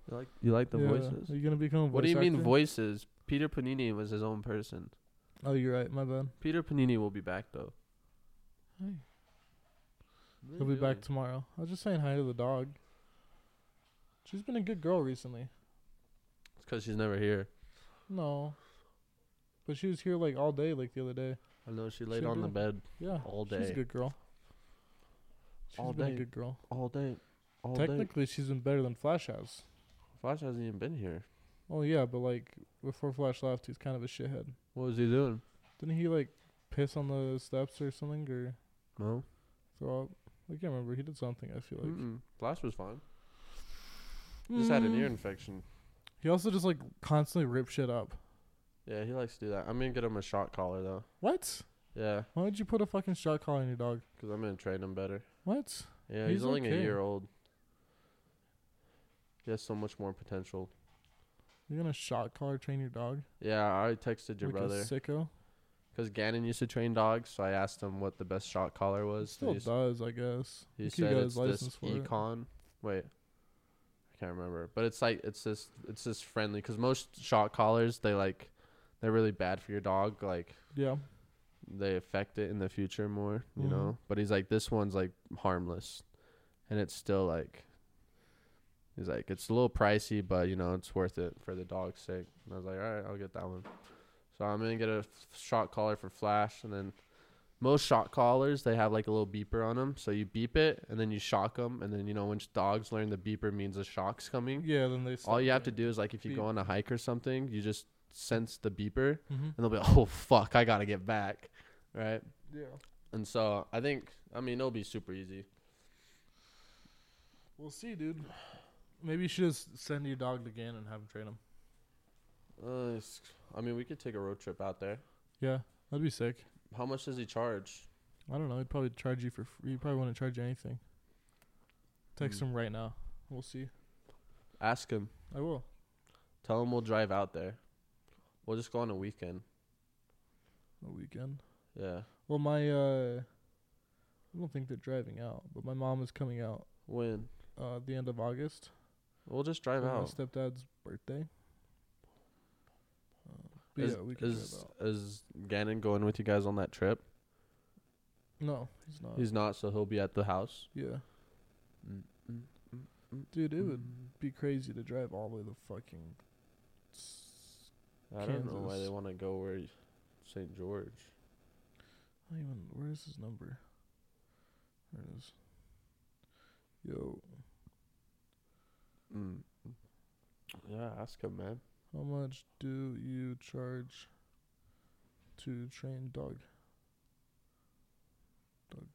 Speaker 2: You like you like the
Speaker 1: Yeah.
Speaker 2: voices?
Speaker 1: Are you gonna become a voice
Speaker 2: What do you mean
Speaker 1: actor?
Speaker 2: voices? Peter Panini was his own person.
Speaker 1: Oh, you're right. My bad.
Speaker 2: Peter Panini will be back though.
Speaker 1: Hey. He'll be back tomorrow. I was just saying hi to the dog. She's been a good girl recently.
Speaker 2: because she's never here.
Speaker 1: No. But she was here like all day, like the other day.
Speaker 2: I know she laid
Speaker 1: She'll
Speaker 2: on
Speaker 1: be
Speaker 2: the bed
Speaker 1: Yeah.
Speaker 2: all
Speaker 1: She's a
Speaker 2: day,
Speaker 1: good girl. She's
Speaker 2: All
Speaker 1: been a
Speaker 2: day.
Speaker 1: good girl.
Speaker 2: all day, all day.
Speaker 1: Technically, she's been better than Flash has.
Speaker 2: Flash hasn't even been here.
Speaker 1: Oh yeah, but like before Flash left, he's kind of a shithead.
Speaker 2: What was he doing?
Speaker 1: Didn't he like piss on the steps or something or
Speaker 2: No.
Speaker 1: throw up? I can't remember. He did something. I feel like
Speaker 2: Mm-mm. Flash was fine. Just had an ear
Speaker 1: Mm.
Speaker 2: infection.
Speaker 1: He also just like constantly ripped shit up.
Speaker 2: Yeah, he likes to do that. I'm gonna get him a shot collar though.
Speaker 1: What?
Speaker 2: Yeah,
Speaker 1: Why would you put a fucking shot collar on your dog?
Speaker 2: because I'm gonna train him better.
Speaker 1: What?
Speaker 2: Yeah, he's,
Speaker 1: He's
Speaker 2: only
Speaker 1: okay.
Speaker 2: a year old. He has so much more potential.
Speaker 1: You're gonna shot collar train your dog?
Speaker 2: Yeah, I texted your
Speaker 1: like
Speaker 2: brother.
Speaker 1: a
Speaker 2: 'Cause brother
Speaker 1: sicko?
Speaker 2: because Gannon used to train dogs, so I asked him what the best shot collar was.
Speaker 1: Still
Speaker 2: and he s-
Speaker 1: does, I guess.
Speaker 2: he
Speaker 1: You could
Speaker 2: said
Speaker 1: get
Speaker 2: it's this
Speaker 1: it.
Speaker 2: econ. Wait, I can't remember, but it's like it's this it's this friendly because most shot collars they like they're really bad for your dog. Like
Speaker 1: Yeah.
Speaker 2: they affect it in the future more, you
Speaker 1: Mhm.
Speaker 2: know. But he's like, this one's like harmless, and it's still like, he's like, it's a little pricey, but you know, it's worth it for the dog's sake. And I was like, all right, I'll get that one. So I'm gonna get a f- shot collar for Flash, and then most shot collars they have like a little beeper on them, so you beep it, and then you shock them, and then you know, when dogs learn the beeper means a shock's coming.
Speaker 1: Yeah, then they
Speaker 2: All you have to do is like if you
Speaker 1: Beep.
Speaker 2: go on a hike or something, you just sense the beeper,
Speaker 1: hmm
Speaker 2: and they'll be like, oh fuck, I gotta get back, right?
Speaker 1: Yeah.
Speaker 2: And so I think I mean it'll be super easy.
Speaker 1: We'll see, dude. Maybe you should just send your dog to Gannon and have him train him.
Speaker 2: Uh, it's- I mean we could take a road trip out there.
Speaker 1: Yeah, that'd be sick.
Speaker 2: How much does he charge?
Speaker 1: I don't know. He'd probably charge you for. Free. He probably wouldn't charge you anything. Text
Speaker 2: Hmm.
Speaker 1: him right now. We'll see.
Speaker 2: Ask him.
Speaker 1: I will.
Speaker 2: Tell him we'll drive out there. We'll just go on a weekend.
Speaker 1: A weekend.
Speaker 2: Yeah.
Speaker 1: Well, my uh, I don't think they're driving out, but my mom is coming out
Speaker 2: When?
Speaker 1: uh, at the end of August.
Speaker 2: We'll just drive
Speaker 1: for my
Speaker 2: out.
Speaker 1: stepdad's birthday. Uh, but
Speaker 2: Is,
Speaker 1: yeah, we could drive
Speaker 2: is,
Speaker 1: out.
Speaker 2: is Gannon going with you guys on that trip?
Speaker 1: No, he's not.
Speaker 2: He's not, so he'll be at the house.
Speaker 1: yeah,
Speaker 2: Mm, mm, mm, mm,
Speaker 1: dude, it would
Speaker 2: mm.
Speaker 1: be crazy to drive all the way to fucking. s-
Speaker 2: I don't know why
Speaker 1: Kansas.
Speaker 2: they want to go where he- St. George.
Speaker 1: I don't even. Where is his number? There it is. Yo,
Speaker 2: Mm. Yeah, ask him, man.
Speaker 1: how much do you charge to train dog? Dog.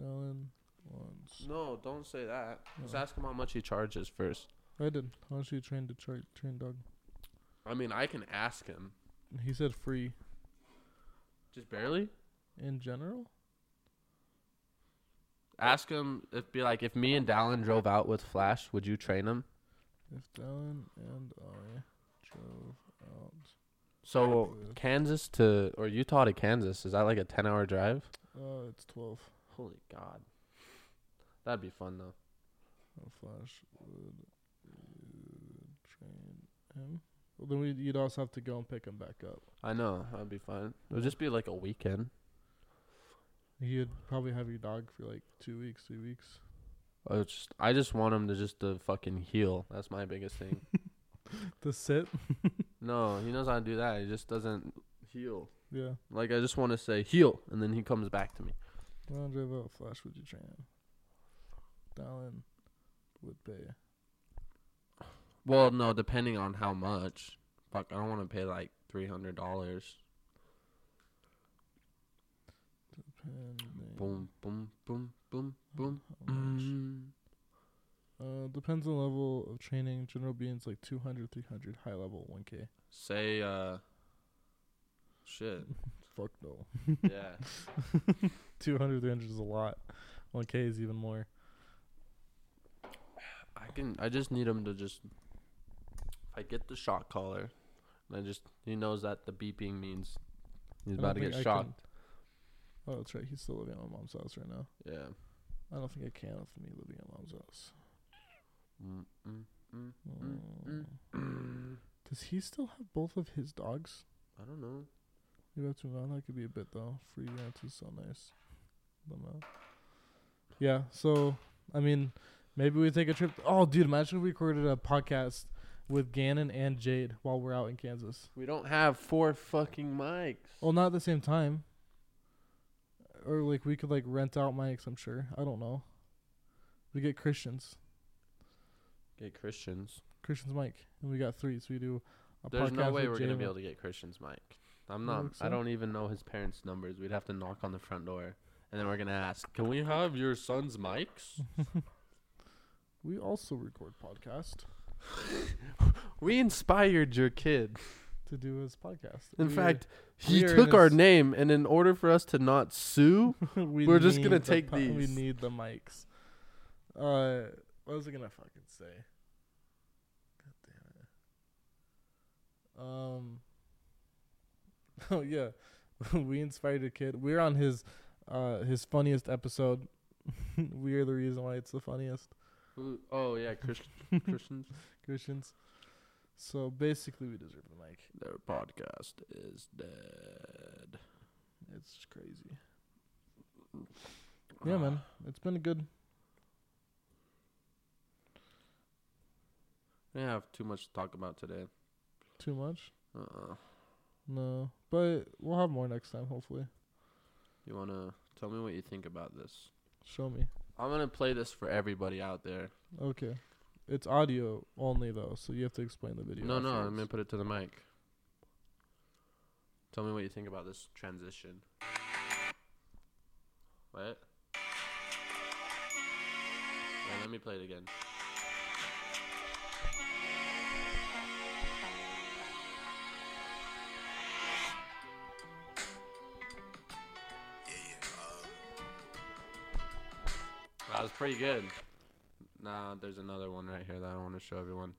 Speaker 1: Dylan wants.
Speaker 2: No, don't say that. Just
Speaker 1: No.
Speaker 2: ask him how much he charges first.
Speaker 1: I did. How much do you train to tra- train dog?
Speaker 2: I mean, I can ask him.
Speaker 1: He said free
Speaker 2: Just barely?
Speaker 1: in general.
Speaker 2: Ask him if be like if me and Dallin drove out with Flash, would you train him?
Speaker 1: If Dylan and I drove out,
Speaker 2: So
Speaker 1: Yeah.
Speaker 2: Kansas to or Utah to Kansas, is that like a ten hour drive?
Speaker 1: uh, it's twelve.
Speaker 2: Holy God. That'd be fun though.
Speaker 1: A Flash would uh, train him. Well, then we'd, you'd also have to go and pick him back up.
Speaker 2: I know that'd be fun. It would just be like a weekend.
Speaker 1: He'd probably have your dog for like two weeks, three weeks.
Speaker 2: I just, I just want him to just to fucking heal. That's my biggest thing.
Speaker 1: To sit?
Speaker 2: no, he knows how to do that. He just doesn't heal.
Speaker 1: Yeah.
Speaker 2: Like I just want to say heal, and then he comes back to me.
Speaker 1: Andre Bell, Flash would you train him? Dallin would pay.
Speaker 2: Well, no, depending on how much. Fuck, I don't want to pay like three hundred dollars.
Speaker 1: Depending
Speaker 2: Boom, boom, boom, boom, boom.
Speaker 1: how much.
Speaker 2: Mm.
Speaker 1: Uh, depends on level of training. General beans like 200, 300, high level 1k.
Speaker 2: Say, uh, shit.
Speaker 1: Fuck no.
Speaker 2: yeah.
Speaker 1: 200, 300 is a lot. 1k is even more.
Speaker 2: I can. I just need him to just. I get the shot collar, and I just he knows that the beeping means he's
Speaker 1: I
Speaker 2: about to
Speaker 1: don't
Speaker 2: get
Speaker 1: think I
Speaker 2: shot.
Speaker 1: can- Oh, that's right. He's still living at my mom's house right now.
Speaker 2: Yeah.
Speaker 1: I don't think I can with me living at mom's house.
Speaker 2: Mm, mm, mm, mm,
Speaker 1: Mm.
Speaker 2: mm, mm.
Speaker 1: Does he still have both of his dogs?
Speaker 2: I don't know.
Speaker 1: You have to move on. That could be a bit though. Free rent is so nice. But no. Yeah. So I mean, maybe we take a trip. oh, dude! Imagine if we recorded a podcast with Gannon and Jade while we're out in Kansas.
Speaker 2: We don't have four fucking mics.
Speaker 1: Well, not at the same time. Or like we could like rent out mics. I'm sure. I don't know. We get Christians.
Speaker 2: Get Christians.
Speaker 1: Christian's mic, and we got three. So we do a
Speaker 2: There's no
Speaker 1: podcast
Speaker 2: way
Speaker 1: with
Speaker 2: we're gonna
Speaker 1: Jalen.
Speaker 2: be able to get Christian's mic. I'm
Speaker 1: You
Speaker 2: not.
Speaker 1: think
Speaker 2: I
Speaker 1: so?
Speaker 2: don't even know his parents' numbers. We'd have to knock on the front door, and then we're gonna ask, "Can we have your son's mics?"
Speaker 1: We also record podcast
Speaker 2: we inspired your kid.
Speaker 1: to do his podcast.
Speaker 2: In
Speaker 1: We-
Speaker 2: fact,
Speaker 1: we
Speaker 2: he
Speaker 1: are in
Speaker 2: took our
Speaker 1: his-
Speaker 2: name, and in order for us to not sue,
Speaker 1: we
Speaker 2: we're just
Speaker 1: need
Speaker 2: gonna
Speaker 1: the
Speaker 2: take
Speaker 1: po- We
Speaker 2: these.
Speaker 1: need the mics. Uh, what was I gonna fucking say? God damn it. Um. Oh yeah, we inspired a kid. We're on his, uh, his funniest episode. we are the reason why it's the funniest.
Speaker 2: Who- oh yeah, Christ- Christians.
Speaker 1: Christians. So basically, we deserve the mic.
Speaker 2: Their podcast is dead.
Speaker 1: It's crazy.
Speaker 2: Uh,
Speaker 1: Yeah, man. It's been a good.
Speaker 2: We didn't have too much to talk about today.
Speaker 1: Too much?
Speaker 2: Uh-uh.
Speaker 1: No, but we'll have more next time. Hopefully,
Speaker 2: You wanna tell me what you think about this?
Speaker 1: show me.
Speaker 2: I'm gonna play this for everybody out there.
Speaker 1: Okay, it's audio only though, so you have to explain the video.
Speaker 2: no, no, I'm gonna
Speaker 1: afterwards.
Speaker 2: put it to the mic. Tell me what you think about this transition. What? Wait, let me play it again. That was pretty good. Nah, there's another one right here that I want to show everyone.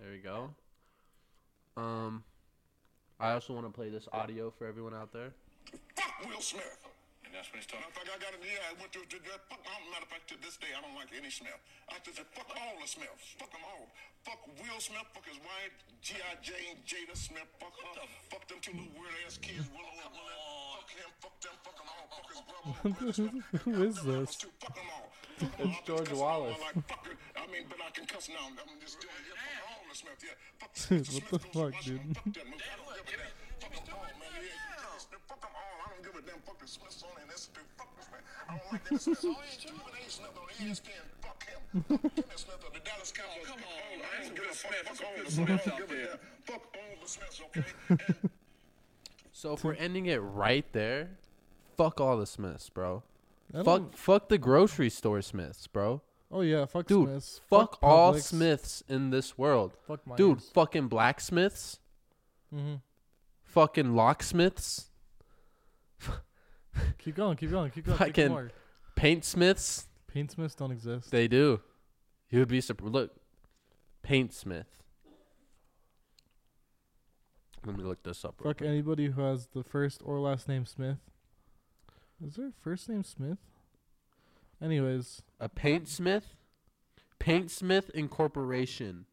Speaker 2: There we go. Um, I also want to play this audio for everyone out there.
Speaker 4: fuck Will Smith.
Speaker 5: And that's when it's
Speaker 4: Matter
Speaker 5: talking.
Speaker 4: of fact, I got E a yeah, I went to, to, to fuck, I don't- matter of fact, to this day, I don't like any Smith. I just said, fuck all the Smiths. Fuck them all. Fuck Will Smith, fuck his wife, G.I. Jane, Jada Smith, fuck her. fuck them two little weird ass kids, Willow and Lynn. Fuck him, fuck them, fuck them all. Fuck his brother. Brandon Smith.
Speaker 1: Who
Speaker 4: Fuck
Speaker 1: is
Speaker 4: them
Speaker 1: this?
Speaker 4: apples, too. Fuck them all. Fuck them all. I can
Speaker 2: George
Speaker 4: cuss now,
Speaker 2: Wallace.
Speaker 4: I like fuck it. I mean, but I can cuss now. I'm just doing it. Yeah, fuck all the Smith, yeah. Fuck
Speaker 1: Dude, what
Speaker 4: Mr.
Speaker 1: the
Speaker 4: Smith goes to
Speaker 1: fuck,
Speaker 4: Washington.
Speaker 1: dude?
Speaker 4: Fuck that movie. I don't give a damn. Fuck them all, man. Yeah, you guys, Fuck them all. I don't give a damn. Fuck the Smithsonian Institute. Fuck this man. I don't like that Smith. All these stupid A Smith on ESPN. Fuck him. Fuck Dennis Smith of the Dallas Cowboys. Come on, man. I don't give a fuck. Fuck all the Smiths out there. Fuck all the Smiths, okay? And
Speaker 2: So if we're ending it right there, fuck all the Smiths, bro.
Speaker 1: I
Speaker 2: Fuck,
Speaker 1: don't-
Speaker 2: fuck the grocery store Smiths, bro.
Speaker 1: Oh yeah, fuck
Speaker 2: Dude,
Speaker 1: Smiths.
Speaker 2: fuck, all
Speaker 1: Publix.
Speaker 2: Smiths in this world.
Speaker 1: Fuck Myers.
Speaker 2: Dude, fucking blacksmiths.
Speaker 1: Mhm.
Speaker 2: Fucking locksmiths.
Speaker 1: Keep going. Keep going. Keep going. Keep
Speaker 2: Fucking
Speaker 1: more.
Speaker 2: Paintsmiths.
Speaker 1: Paint smiths don't exist.
Speaker 2: They do. You would be surprised. Look, Paintsmith. Let me look this up. real
Speaker 1: Fuck
Speaker 2: quick.
Speaker 1: anybody who has the first or last name Smith. Is there a first name Smith? Anyways,
Speaker 2: A paintsmith? Paintsmith Incorporation.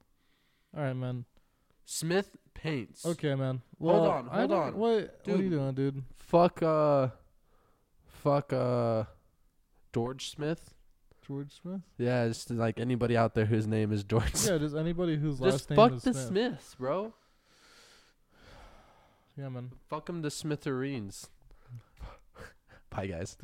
Speaker 1: all right, man.
Speaker 2: Smith Paints.
Speaker 1: Okay, man.
Speaker 2: Hold
Speaker 1: Well,
Speaker 2: on,
Speaker 1: I
Speaker 2: hold
Speaker 1: don't-
Speaker 2: on.
Speaker 1: What, what are you
Speaker 2: Dude.
Speaker 1: doing, dude?
Speaker 2: Fuck uh fuck uh George Smith.
Speaker 1: George Smith?
Speaker 2: Yeah, just like anybody out there whose name is George Smith.
Speaker 1: Yeah, just anybody whose last
Speaker 2: Just
Speaker 1: name
Speaker 2: fuck
Speaker 1: is
Speaker 2: the
Speaker 1: Smith.
Speaker 2: Smiths, bro.
Speaker 1: Yeah, man.
Speaker 2: Fuck them the Smithereens. Bye guys.